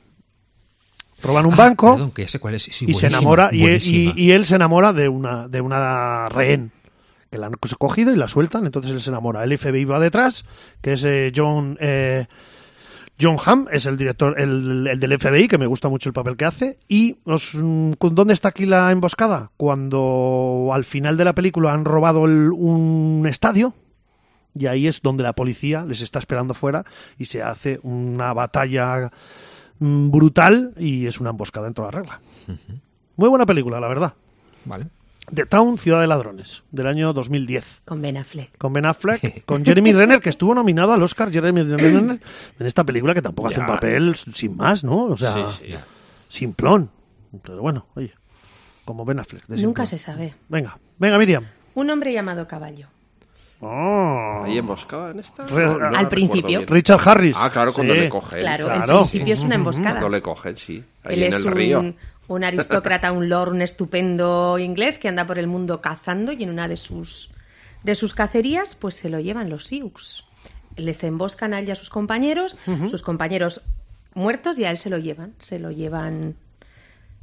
S1: roban un
S3: Ah,
S1: banco
S3: perdón, que ya sé cuál es. Sí,
S1: y se
S3: buenísima,
S1: enamora y, él- y-
S3: buenísima.
S1: y él se enamora de una de una rehén que la han cos- cogido y la sueltan entonces él se enamora el FBI va detrás que es eh, John eh, John Hamm es el director el, el del FBI que me gusta mucho el papel que hace y os, mm, ¿con dónde está aquí la emboscada cuando al final de la película han robado el- un estadio y ahí es donde la policía les está esperando fuera y se hace una batalla mm, brutal y es una emboscada en toda regla. Muy buena película, la verdad.
S3: Vale.
S1: The Town, Ciudad de Ladrones, del año 2010.
S4: Con Ben Affleck.
S1: Con Ben Affleck, con Jeremy Renner, que estuvo nominado al Oscar Jeremy Renner en esta película que tampoco hace
S2: Ya.
S1: un papel sin más, ¿no? O sea,
S2: sí, sí.
S1: simplón. Pero bueno, oye, como Ben Affleck. de
S4: Nunca
S1: simplón.
S4: se sabe.
S1: Venga, venga, Miriam.
S4: Un hombre llamado Caballo.
S1: Oh.
S2: ¿Ahí emboscada en esta?
S1: Re-
S2: No, no
S1: Al
S2: recuerdo
S4: principio.
S2: bien.
S1: Richard Harris.
S2: Ah, claro, cuando
S1: Sí.
S2: le cogen.
S4: Claro,
S1: Claro.
S4: en principio es una emboscada.
S2: Cuando le cogen, sí. Ahí
S4: Él
S2: en
S4: es
S2: el
S4: un,
S2: río.
S4: un aristócrata, un lord, un estupendo inglés que anda por el mundo cazando y en una de sus, de sioux cacerías pues se lo llevan los Sioux. Les emboscan a él y a sus compañeros, sus compañeros muertos y a él se lo llevan. Se lo llevan,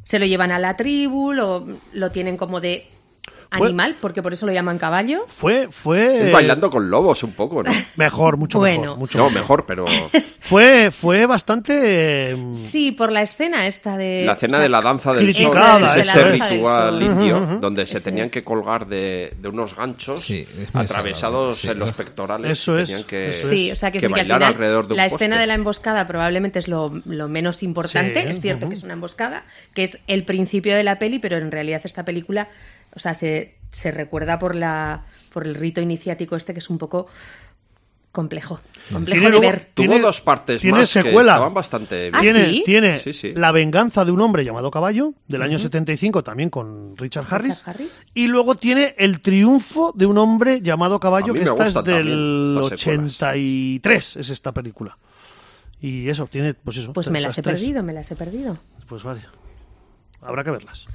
S4: se lo llevan a la tribu, lo, lo tienen como de
S2: Pues
S1: Fue-
S4: animal, porque por eso lo llaman caballo.
S1: Fue, fue.
S4: eh,
S2: Es bailando con lobos un poco, ¿no?
S1: Mejor, mucho
S4: Bueno.
S1: mejor. Mucho
S2: No, mejor, pero
S1: Fue, fue bastante. eh,
S4: Sí, por la escena esta de...
S2: Mm. la cena
S4: o sea,
S2: de la danza del sol,
S1: criticada,
S2: que es
S1: ¿eh?
S2: este
S1: Eso es.
S2: ritual
S4: Ujú,
S2: indio, donde se
S4: Ese.
S2: tenían que colgar de, de unos ganchos
S3: Sí, es muy
S2: atravesados
S3: desagradable,
S2: en los
S3: sí.
S2: pectorales.
S1: Eso
S2: y
S1: es,
S2: tenían que,
S1: eso es.
S4: Sí, o sea, que,
S2: que
S4: decir que al
S2: bailar
S4: final
S2: alrededor de un
S4: la
S2: poste.
S4: escena de la emboscada probablemente es lo, lo menos importante.
S1: Sí,
S4: es cierto que es una emboscada, que es el principio de la peli, pero en realidad esta película, o sea, se, se recuerda por la por el rito iniciático este que es un poco complejo,
S2: Mm.
S4: complejo
S1: Tiene
S4: de
S1: luego-
S4: ver.
S2: Tuvo
S1: Tiene-
S2: dos partes
S1: tiene
S2: más
S1: secuela.
S2: que estaban bastante
S4: Ah,
S2: bien.
S1: tiene
S4: sí?
S1: tiene
S2: Sí, sí.
S1: La venganza de un hombre llamado Caballo, del año 75, también con Richard Harris.
S4: Harris.
S1: Y luego tiene El triunfo de un hombre llamado Caballo,
S2: A mí
S1: que
S2: me
S1: esta es
S2: gustan también
S1: del
S2: estas secuelas.
S1: 83, es esta película. Y eso, tiene, pues eso.
S4: Pues
S1: tres-
S4: me las he
S1: esas tres.
S4: perdido, me las he perdido.
S1: Pues vale. Habrá que verlas.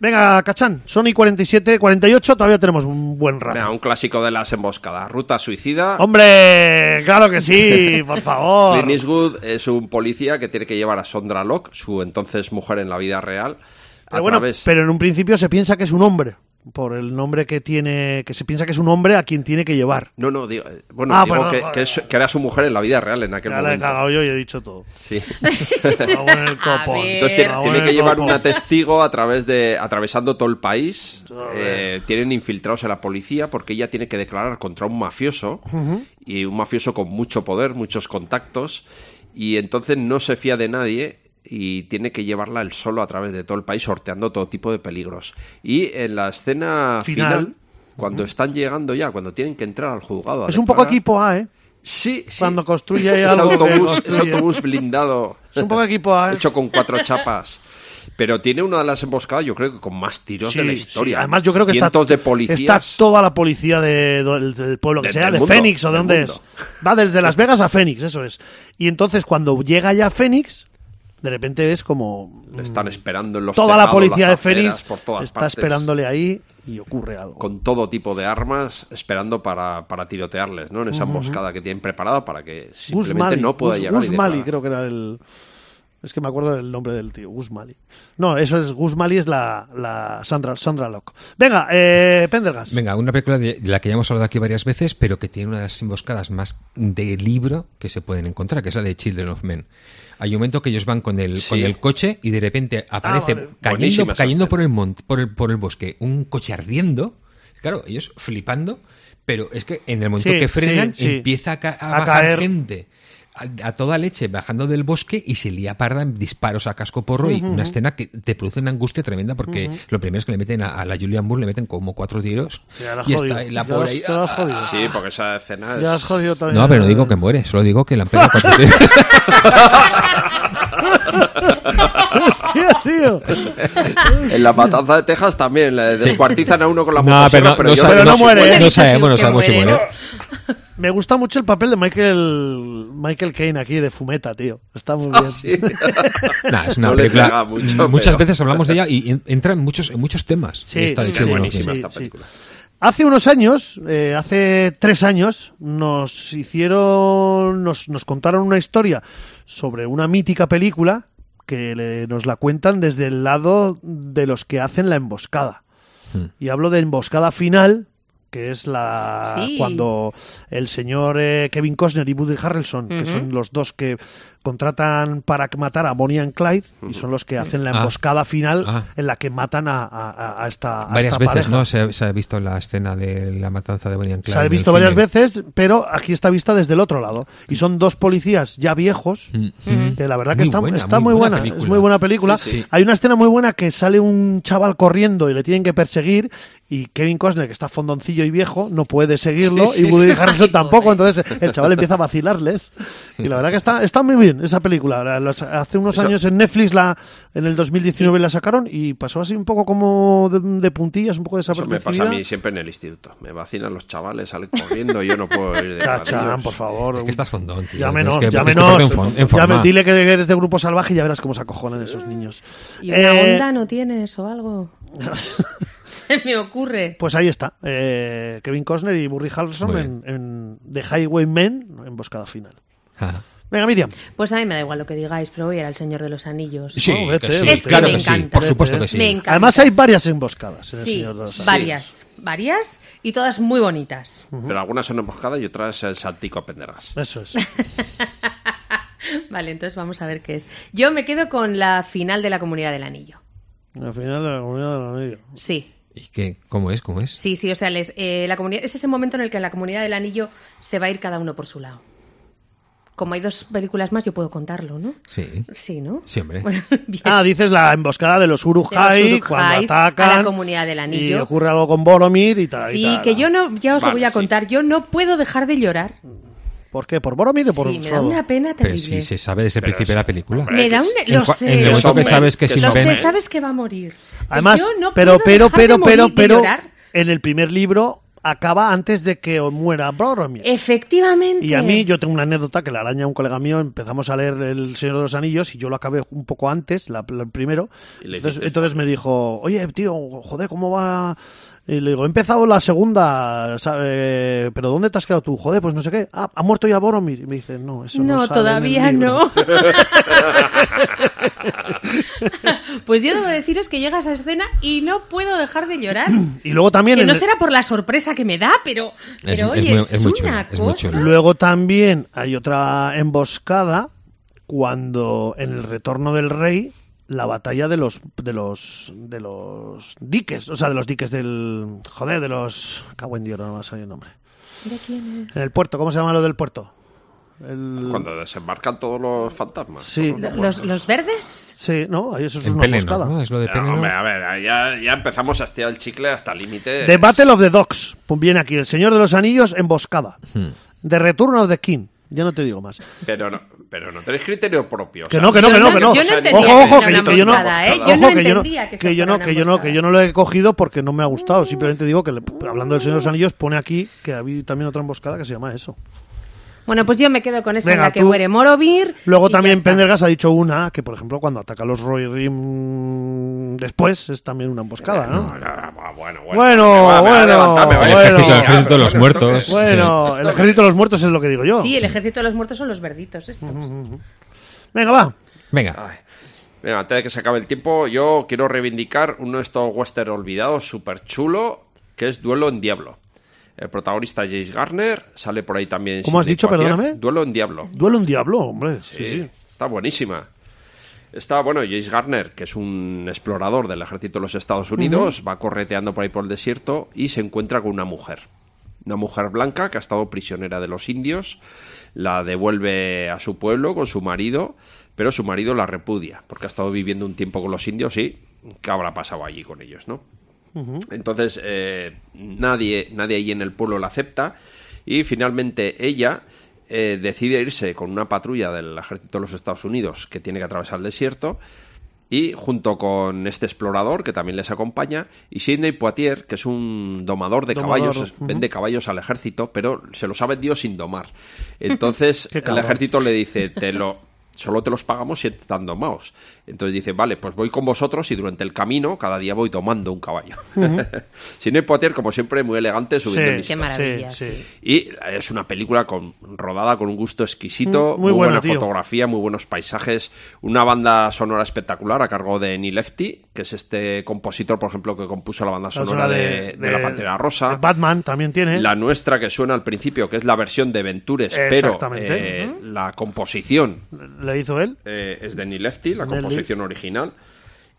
S1: Venga, Cachán, Sony 47, 48, todavía tenemos un buen rato.
S2: Venga, un clásico de las emboscadas, Ruta Suicida.
S1: Hombre, claro que sí, por favor.
S2: Clint Eastwood es un policía que tiene que llevar a Sondra Locke, su entonces mujer en la vida real, a
S1: Pero bueno,
S2: través...
S1: pero en un principio se piensa que es un hombre. Por el nombre que tiene. Que se piensa que es un hombre a quien tiene que llevar.
S2: No, no, digo, eh, bueno,
S1: Ah,
S2: digo
S1: perdón,
S2: que,
S1: joder.
S2: que es- que era su mujer en la vida real en aquel
S1: Ya la he
S2: momento.
S1: cagado yo y he dicho todo.
S2: Sí.
S1: Cago en el
S4: A
S1: copón.
S4: ver.
S2: Entonces tiene,
S1: Cago
S2: tiene
S1: en
S2: que
S1: el
S2: llevar
S1: copón.
S2: una testigo a través de atravesando todo el país.
S1: Joder.
S2: Eh, tienen infiltrados a la policía porque ella tiene que declarar contra un mafioso y un mafioso con mucho poder, muchos contactos y entonces no se fía de nadie y tiene que llevarla él solo a través de todo el país sorteando todo tipo de peligros. Y en la escena
S1: Final.
S2: final, cuando están llegando ya, cuando tienen que entrar al juzgado, a
S1: Es un poco
S2: declarar-
S1: equipo A, ¿eh?
S2: Sí, sí.
S1: Cuando construye ahí
S2: Ese
S1: algo que
S2: autobús,
S1: construye.
S2: ese autobús blindado.
S1: Es un poco equipo A, ¿eh?
S2: Hecho con cuatro chapas. Pero tiene una de las emboscadas, yo creo que con más tiros
S1: Sí,
S2: de la
S1: sí.
S2: historia.
S1: Además, yo creo que está,
S2: Cientos de policías.
S1: está toda la policía de- del, del pueblo que
S2: De-
S1: sea,
S2: del
S1: de
S2: mundo,
S1: Fénix o de
S2: del
S1: dónde
S2: mundo.
S1: es. Va desde Las Vegas a Fénix, eso es. Y entonces, cuando llega ya Fénix, de repente es como. mm,
S2: Le están esperando en los
S1: toda la
S2: tejados,
S1: policía de
S2: las aceras,
S1: Fénix
S2: por todas
S1: está
S2: partes,
S1: esperándole ahí y ocurre algo.
S2: Con todo tipo de armas, esperando para, para tirotearles, ¿no? En esa emboscada que tienen preparada para que
S1: Gus
S2: simplemente
S1: Mali,
S2: no pueda
S1: Gus-
S2: llegar. y
S1: Gus Mali,
S2: declarar.
S1: creo que era el. Es que me acuerdo del nombre del tío, Gus Mali. No, eso es Gus Mali, es la, la Sandra, Sandra Locke. Venga, eh, Pendergast.
S3: Venga, una película de de la que ya hemos hablado aquí varias veces, pero que tiene una de las emboscadas más de libro que se pueden encontrar, que es la de Children of Men. Hay un momento que ellos van con el,
S2: Sí.
S3: con el coche y de repente aparece
S1: Ah, vale.
S3: cayendo,
S2: Buenísima esa
S3: cayendo
S2: escena.
S3: por, el monte, por, el, por el bosque un coche ardiendo. Claro, ellos flipando, pero es que en el momento
S1: Sí,
S3: que frenan
S1: sí, sí.
S3: empieza a, ca- a
S1: A
S3: bajar
S1: caer.
S3: gente. A, a toda leche, bajando del bosque y se lía parda en disparos a casco porro y una escena que te produce una angustia tremenda porque lo primero es que le meten a, a la Julian Moore, le meten como cuatro tiros
S1: Ya la has
S3: y
S1: jodido.
S3: está ahí la
S1: Ya
S3: pobre
S1: has-
S3: ahí,
S1: ya la has
S3: ah,
S1: jodido.
S2: Sí, pues. porque esa escena es...
S1: Ya has jodido
S3: ah.
S1: también.
S3: No, pero no digo que muere, solo digo que la han pegado cuatro tiros.
S1: Hostia, tío.
S2: En la matanza de Texas también le descuartizan a uno con la
S3: No,
S2: motosierra,
S3: pero
S2: pero
S3: no,
S2: yo-
S3: sabe-
S1: Pero no muere, ¿eh?
S3: No sabemos, no
S4: Que
S3: sabemos si
S4: muere.
S3: muere.
S1: Me gusta mucho el papel de Michael Michael Caine aquí de Fumeta, tío. Está muy bien.
S2: Ah, Sí.
S3: Nah, es una
S2: No le pega
S3: película.
S2: mucho,
S3: muchas
S2: pero-
S3: veces hablamos de ella y en- entra en muchos, en muchos temas.
S1: Sí,
S3: Esta-
S1: sí,
S2: Es
S1: sí,
S2: buenísima esta
S1: sí.
S2: película.
S1: Hace unos años, eh, hace tres años, nos hicieron, nos, nos contaron una historia sobre una mítica película que le- nos la cuentan desde el lado de los que hacen la emboscada.
S3: Hmm.
S1: Y hablo de emboscada final, que es la
S4: Sí.
S1: cuando el señor eh, Kevin Costner y Woody Harrelson, que
S4: Ujú.
S1: son los dos que contratan para matar a Bonnie and Clyde, y son los que hacen la
S3: Ah.
S1: emboscada final
S3: Ah.
S1: en la que matan a, a- a esta a
S3: Varias
S1: esta
S3: veces,
S1: pareja.
S3: ¿no? Se, se ha visto la escena de la matanza de Bonnie and
S1: se
S3: Clyde
S1: ha
S3: en
S1: visto
S3: el
S1: varias
S3: cine.
S1: veces, pero aquí está vista desde el otro lado. Y son dos policías ya viejos, que la verdad que
S3: Mm, Muy
S1: está,
S3: buena,
S1: está
S3: muy
S1: muy buena,
S3: buena
S1: es
S3: película.
S1: muy buena película.
S3: Sí, sí.
S1: Hay una escena muy buena que sale un chaval corriendo y le tienen que perseguir y Kevin Costner, que está fondoncillo y viejo, no puede seguirlo
S2: Sí, sí.
S1: y Woody Harrelson
S4: Ay,
S1: tampoco,
S4: pobre.
S1: entonces el chaval empieza a vacilarles. Y la verdad que está, está muy bien esa película. La- los- hace unos
S2: Eso-
S1: años en Netflix, la en el 2019 la sacaron y pasó así un poco como de, de puntillas, un poco
S2: Eso me
S1: desapercibida.
S2: pasa a mí siempre en el instituto. Me vacilan los chavales, salen corriendo y yo no puedo ir de
S1: Cachán,
S2: rodillas.
S1: por favor.
S3: Es que estás fondón, tío.
S1: Llámenos,
S3: Es que- es que
S1: llámenos.
S3: ponte en fon-
S1: Llame-
S3: en forma.
S1: dile que eres de grupo salvaje y ya verás cómo se acojonan esos niños.
S4: ¿Y una
S1: Eh,
S4: onda no tienes o algo? Se me ocurre.
S1: Pues ahí está. eh, Kevin Costner y Burry Harrelson
S3: Muy
S1: en, en The Highwaymen, emboscada final.
S3: Ajá.
S1: Venga, Miriam.
S4: Pues a mí me da igual lo que digáis, pero voy a ir al Señor de los Anillos.
S3: Sí,
S1: No, vete,
S3: que sí,
S1: vete.
S3: claro
S1: Es que
S3: que
S1: me
S3: sí,
S4: encanta. ¿eh?
S3: por supuesto que sí.
S4: Me encanta.
S1: Además hay varias emboscadas en El
S4: Sí,
S1: Señor de los Anillos.
S4: varias, varias y todas muy bonitas.
S2: Pero algunas son emboscadas y otras el saltico a pendergas.
S1: Eso es.
S4: Vale, entonces vamos a ver qué es. Yo me quedo con la final de la Comunidad del Anillo.
S1: Al final de la comunidad de los anillos.
S4: Sí,
S3: ¿Y qué? ¿Cómo es? ¿Cómo es?
S4: sí, sí, o sea, les- eh, la comunidad, es ese momento en el que en la Comunidad del Anillo se va a ir cada uno por su lado. Como hay dos películas más, yo puedo contarlo, ¿no?
S3: Sí.
S4: Sí, ¿no?
S3: Sí, hombre.
S4: Bueno, bien.
S1: Ah, dices la emboscada de los
S4: De
S1: Uruhai
S4: los
S1: cuando
S4: Uruk-hais
S1: atacan.
S4: a la Comunidad del Anillo.
S1: Y ocurre algo con Boromir y tal. y
S4: Sí,
S1: tal.
S4: que yo no, ya os
S2: Vale,
S4: lo voy a
S2: sí.
S4: contar, yo no puedo dejar de llorar.
S1: ¿Por qué? ¿Por Boromir o por
S4: sí, me da
S1: Frodo?
S4: una pena
S3: Pero sí,
S4: terrible.
S3: se sabe desde el principio de la película.
S2: hombre,
S4: Me da un... e-,
S3: En
S4: Lo
S3: cua-
S4: sé.
S3: en el
S4: lo
S3: momento que
S4: sé.
S3: sabes que
S2: Que
S3: sin
S4: Lo
S2: son
S4: sé,
S2: Ben.
S4: sabes que va a morir. Y
S1: Además,
S4: yo no
S1: pero,
S4: puedo
S1: pero,
S4: dejar de
S1: pero, pero,
S4: morir de
S1: pero,
S4: llorar.
S1: en el primer libro acaba antes de que muera
S4: Este.
S1: Boromir.
S4: Efectivamente.
S1: Y a mí, yo tengo una anécdota que la araña, un colega mío, empezamos a leer El Señor de los Anillos y yo lo acabé un poco antes, la, la- el primero.
S2: Y le
S1: Entonces,
S2: hiciste-
S1: entonces me dijo, oye, tío, joder, ¿cómo va? Y le digo, he empezado la segunda, ¿sabe? pero ¿dónde te has quedado tú? Joder, pues no sé qué. Ah, ha muerto ya Boromir. Y me dice, no, eso no,
S4: No,
S1: sale en el
S4: todavía
S1: libro".
S4: no. pues yo debo deciros que llega esa escena y no puedo dejar de llorar.
S1: Y luego también...
S4: que
S1: en
S4: no
S1: el-
S4: será por la sorpresa que me da, pero,
S3: Es-
S4: pero
S3: es
S4: oye,
S3: muy-
S4: es,
S3: es muy
S4: una
S3: chulo, es muy
S4: cosa.
S3: chulo.
S1: Luego también hay otra emboscada cuando en el retorno del rey la batalla de los de los de los diques, o sea, de los diques del joder, de los cago en Dios, no me va a salir el nombre.
S4: Mira quién
S1: En el puerto, ¿cómo se llama lo del puerto? El-
S2: Cuando desembarcan todos los fantasmas.
S1: Sí.
S4: es. Los, los verdes.
S1: Sí, no, ahí eso es
S3: En
S1: una
S3: Pelennor,
S1: emboscada.
S3: ¿no? Es lo de
S2: Ya,
S3: Pelennor.
S2: hombre, a ver, ya, ya empezamos a estirar el chicle hasta el límite.
S1: The Battle of the Dogs. Pues viene aquí el Señor de los Anillos emboscada.
S3: Hmm.
S1: The Return of the King. Ya no te digo más.
S2: Pero no, pero no tenéis criterio propio.
S1: Que
S2: o sea,
S1: no, que no,
S4: Yo
S1: que no,
S4: no-
S1: que no.
S4: yo no entendía
S1: ojo,
S4: que
S1: ojo, que,
S4: era
S1: yo-
S4: una
S1: que yo no.
S4: emboscada, ¿eh? Yo
S1: ojo,
S4: no
S1: que yo no,
S4: entendía que
S1: que yo no,
S4: fuera
S1: que
S4: una
S1: yo no, que
S4: emboscada.
S1: yo no lo he cogido porque no me ha gustado. Simplemente digo que le- hablando del Señor de los Anillos pone aquí que había también otra emboscada que se llama eso.
S4: Bueno, pues yo me quedo con esa en
S1: Venga,
S4: la que
S1: tú.
S4: muere Morovir.
S1: Luego
S4: y ya
S1: también
S4: está.
S1: Pendergast ha dicho una que, por ejemplo, cuando ataca a los Roy Rim después es también una emboscada, ¿no?
S2: Ah, Bueno, bueno,
S1: Bueno,
S2: me va- me va a
S1: bueno,
S2: levantar, me va a
S1: bueno.
S2: levantar.
S1: El ejército- el
S3: ejército de los
S2: Pero esto
S3: muertos.
S2: que-
S1: Bueno, el ejército de los muertos es lo que digo yo.
S4: Sí, el ejército de los muertos son los verditos estos.
S1: Mm, Venga, va.
S3: Venga.
S2: Ay. Venga, antes de que se acabe el tiempo, yo quiero reivindicar uno de estos western olvidados súper chulo, que es Duelo en Diablo. El protagonista es James Garner, sale por ahí también.
S1: ¿Cómo has
S2: Sidney
S1: dicho?
S2: Poitier.
S1: Perdóname.
S2: Duelo en Diablo.
S1: Duelo un diablo, hombre. Sí,
S2: Sí,
S1: sí.
S2: Está buenísima. Está, bueno, James Garner, que es un explorador del ejército de los Estados Unidos, va correteando por ahí por el desierto y se encuentra con una mujer. Una mujer blanca que ha estado prisionera de los indios, la devuelve a su pueblo con su marido, pero su marido la repudia, porque ha estado viviendo un tiempo con los indios y ¿qué habrá pasado allí con ellos, no? Entonces eh, nadie, nadie ahí en el pueblo la acepta y finalmente ella eh, decide irse con una patrulla del ejército de los Estados Unidos que tiene que atravesar el desierto Y junto con este explorador, que también les acompaña, y Sidney Poitier, que es un domador de
S1: Domador,
S2: caballos,
S1: ujú.
S2: vende caballos al ejército, pero se los ha vendido sin domar. Entonces,
S1: Qué
S2: el
S1: cabrón.
S2: ejército le dice, te lo... Solo te los pagamos si están domados. Entonces dice, vale, pues voy con vosotros y durante el camino cada día voy domando un caballo. Sidney Poitier, como siempre, muy elegante, subiendo el
S1: Sí,
S4: Qué
S2: listón.
S4: maravilla.
S1: sí,
S4: sí.
S1: sí.
S2: Y es una película con, rodada con un gusto exquisito,
S1: Mm, muy
S2: muy,
S1: buena,
S2: buena,
S1: tío.
S2: fotografía, muy buenos paisajes, una banda sonora espectacular a cargo de Neil Lefty, que es este compositor, por ejemplo, que compuso la banda
S1: La
S2: sonora,
S1: zona
S2: de, de La Pantera Rosa.
S1: de Batman también tiene.
S2: La nuestra que suena al principio, que es la versión de Ventures, pero
S1: Exactamente.
S2: eh, la composición
S1: La hizo él.
S2: eh, es de Neil Lefty, la
S1: Neil
S2: composición original.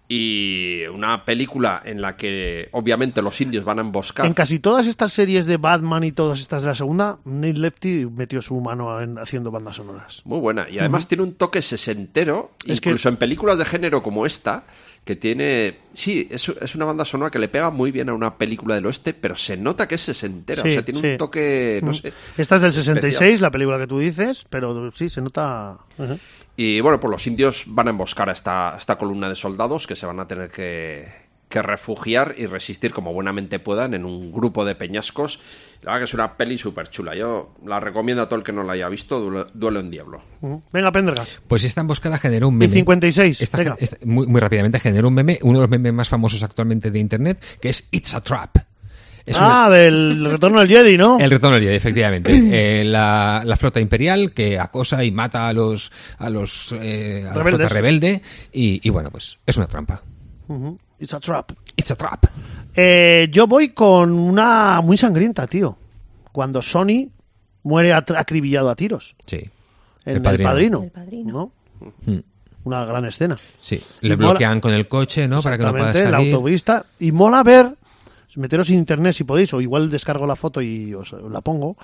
S2: Y una película en la que obviamente los indios van a emboscar.
S1: En casi todas estas series de Batman y todas estas de la segunda, Neil Lefty metió su mano en- haciendo bandas sonoras.
S2: Muy buena. Y además tiene un toque sesentero,
S1: Es que-
S2: incluso en películas de género como esta, que tiene. Sí, es, es una banda sonora que le pega muy bien a una película del oeste, pero se nota que es sesentera.
S1: Sí,
S2: o sea, tiene
S1: sí.
S2: un toque. No sé.
S1: Mm. Esta es del
S2: especial.
S1: 66, la película que tú dices, pero sí, se nota... Ujú.
S2: Y bueno, pues los indios van a emboscar a esta, a esta columna de soldados que se van a tener que, que refugiar y resistir como buenamente puedan en un grupo de peñascos. La verdad que es una peli súper chula. Yo la recomiendo a todo el que no la haya visto. Duelo, Duelo en Diablo.
S1: Ujú. Mm. Venga, Pendergast.
S3: Pues esta emboscada generó un
S1: Y
S3: meme.
S1: 56,
S3: Esta-
S1: venga.
S3: esta- muy, muy rápidamente generó un meme, uno de los memes más famosos actualmente de internet, que es It's a Trap. Es una-
S1: ah, del retorno del Jedi, ¿no?
S3: El retorno al Jedi, efectivamente. Eh, la, la flota imperial que acosa y mata a los a los eh, a la
S1: Rebeldes.
S3: flota rebelde y, y bueno, pues es una trampa.
S1: Ujú. It's a trap.
S3: It's a trap.
S1: Eh, yo voy con una muy sangrienta, tío. Cuando Sony muere atr- acribillado a tiros.
S3: Sí.
S1: En el
S3: El
S1: padrino.
S3: Padrino.
S4: El Padrino.
S1: ¿no?
S3: Mm.
S1: Una gran escena.
S3: Sí,
S1: Y
S3: le
S1: mola-
S3: bloquean con el coche, ¿no? Para que no pueda
S1: Exactamente,
S3: salir.
S1: el autobúsista. Y mola ver, meteros en internet si podéis, o igual descargo la foto y os la pongo,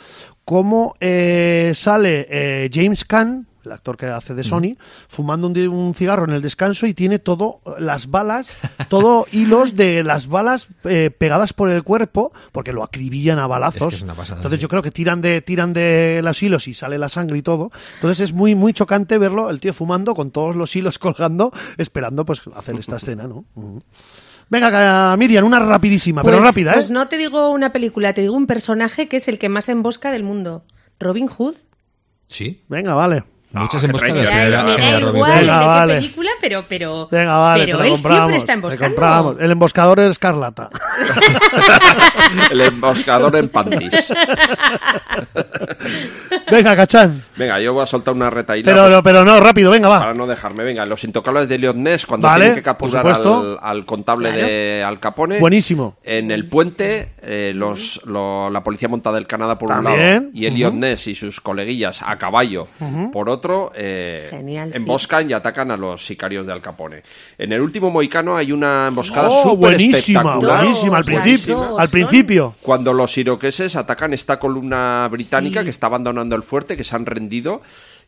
S1: cómo eh, sale eh, James Caan, el actor que hace de Sony, fumando un, di- un cigarro en el descanso y tiene todo, eh, las balas, todo hilos de las balas eh, pegadas por el cuerpo, porque lo acribillan a balazos.
S3: Es que es una pasada,
S1: Entonces
S3: sí.
S1: yo creo que tiran de, tiran de los hilos y sale la sangre y todo. Entonces es muy, muy chocante verlo, el tío fumando con todos los hilos colgando, esperando pues hacer esta escena, ¿no? Ujú. Venga, ca- Miriam, una rapidísima, pero
S4: Pues-
S1: rápida, ¿eh?
S4: Pues no te digo una película, te digo un personaje que es el que más embosca del mundo. Robin Hood.
S3: Sí.
S1: Venga, vale.
S3: Muchas
S2: Ah, qué
S3: emboscadas.
S2: traición.
S3: que
S4: Me
S3: le
S4: da,
S3: da-
S4: me
S3: que
S4: da
S3: le da Robin
S4: igual
S3: Hood.
S1: Venga,
S4: de
S1: vale.
S4: qué película, pero, pero,
S1: Venga, vale,
S4: pero
S1: te la
S4: él
S1: compramos.
S4: siempre está
S1: te
S4: emboscando.
S1: compramos. El emboscador es escarlata.
S2: El emboscador en pantis.
S1: Venga, cachán.
S2: Venga, yo voy a soltar una retaíla.
S1: Pero,
S2: pues,
S1: no, pero no, rápido, venga, va.
S2: Para no dejarme, venga, los intocables de Leon Ness cuando
S1: Ah. Vale,
S2: tienen que
S1: por
S2: capturar
S1: supuesto.
S2: al, al contable
S4: Claro.
S2: de Al Capone.
S1: Buenísimo.
S2: En el puente, eh, los, lo- la policía montada del Canadá por un
S1: También,
S2: lado y el
S1: ujú.
S2: Ness y sus coleguillas a caballo por otro, eh,
S4: Genial, sí.
S2: emboscan y atacan a los sicarios de Al Capone. En el último Moicano hay una emboscada
S1: Oh,
S2: súper
S1: buenísima,
S2: espectacular.
S1: buenísima, al
S4: Dos,
S1: principio.
S4: dos,
S1: Al
S4: son-
S1: principio.
S2: Cuando los iroqueses atacan esta columna británica
S4: Sí.
S2: que está abandonando el fuerte, que se han rendido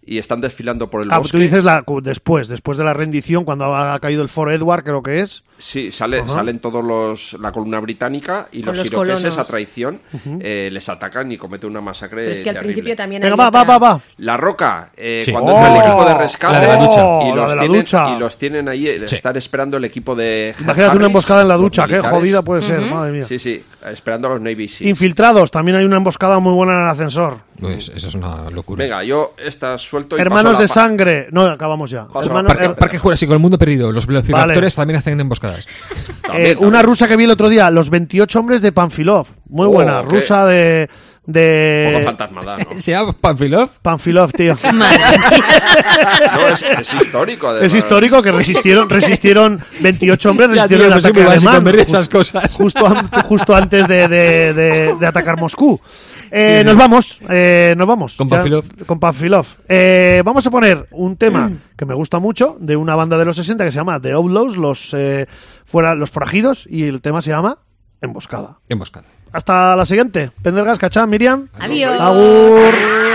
S2: y están desfilando por el
S1: Ah, tú
S2: bosque.
S1: dices la, cu- después, después de la rendición, cuando ha caído el Fort Edward, creo que es.
S2: Sí, sale-
S1: Ajá.
S2: salen todos los. La columna británica y
S4: Con
S2: los,
S4: los
S2: iroqueses
S4: colonos.
S2: a traición eh, les atacan y cometen una masacre.
S4: Pero es que al
S2: Eh, terrible.
S4: principio también hay
S1: Venga, va, va,
S4: otra-
S1: va, va.
S2: La Roca, eh,
S3: Sí.
S2: cuando entra
S1: Oh,
S2: el equipo de rescate.
S3: la de la ducha.
S1: Oh,
S2: Y
S1: la
S2: los,
S1: de la
S2: tienen,
S1: ducha.
S2: y los tienen ahí, eh,
S3: Sí.
S2: están esperando el equipo de.
S1: Imagínate una
S2: Harris,
S1: emboscada en la
S2: los
S1: ducha, qué
S2: militares.
S1: jodida puede ser, madre mía.
S2: Sí, sí, esperando a los Navy Seals.
S1: Infiltrados, también hay una emboscada muy buena en el ascensor.
S3: Pues esa es una locura.
S2: Venga, yo esta suelto y
S1: Hermanos
S2: paso
S1: de
S2: la pa-
S1: sangre. No, acabamos ya.
S2: Paso la
S1: Hermanos-
S2: parte.
S1: her-
S2: Parque-
S3: Parque Jurásico, el mundo perdido. Los velociraptores también hacen emboscadas.
S2: También,
S1: Eh,
S2: también.
S1: Una rusa que vi el otro día, Los 28 hombres de Panfilov. Muy
S2: Oh,
S1: buena,
S2: qué-
S1: rusa de.
S2: Un poco
S1: de
S2: fantasmada, ¿no?
S3: ¿Se llama Panfilov?
S1: Panfilov, tío.
S2: No, es, es histórico.
S1: es
S2: además.
S1: histórico que resistieron, resistieron 28 hombres,
S3: Ya,
S1: resistieron
S3: tío,
S1: el
S3: pues sí,
S1: ataque
S3: me vas a
S1: alemán.
S3: comer
S1: ju-
S3: esas cosas.
S1: Justo, an- justo antes de, de- de- de atacar Moscú. Eh,
S3: Sí, sí.
S1: Nos vamos, eh, nos vamos.
S3: Con
S1: Ya-
S3: Panfilov.
S1: con Panfilov. Eh, vamos a poner un tema que me gusta mucho de una banda de los 60 que se llama The Outlaws, los, eh, fuera, los forajidos, y el tema se llama Emboscada.
S3: Emboscada.
S1: Hasta la siguiente. Pendergas, Cachán, Miriam.
S4: Adiós.
S1: Agur.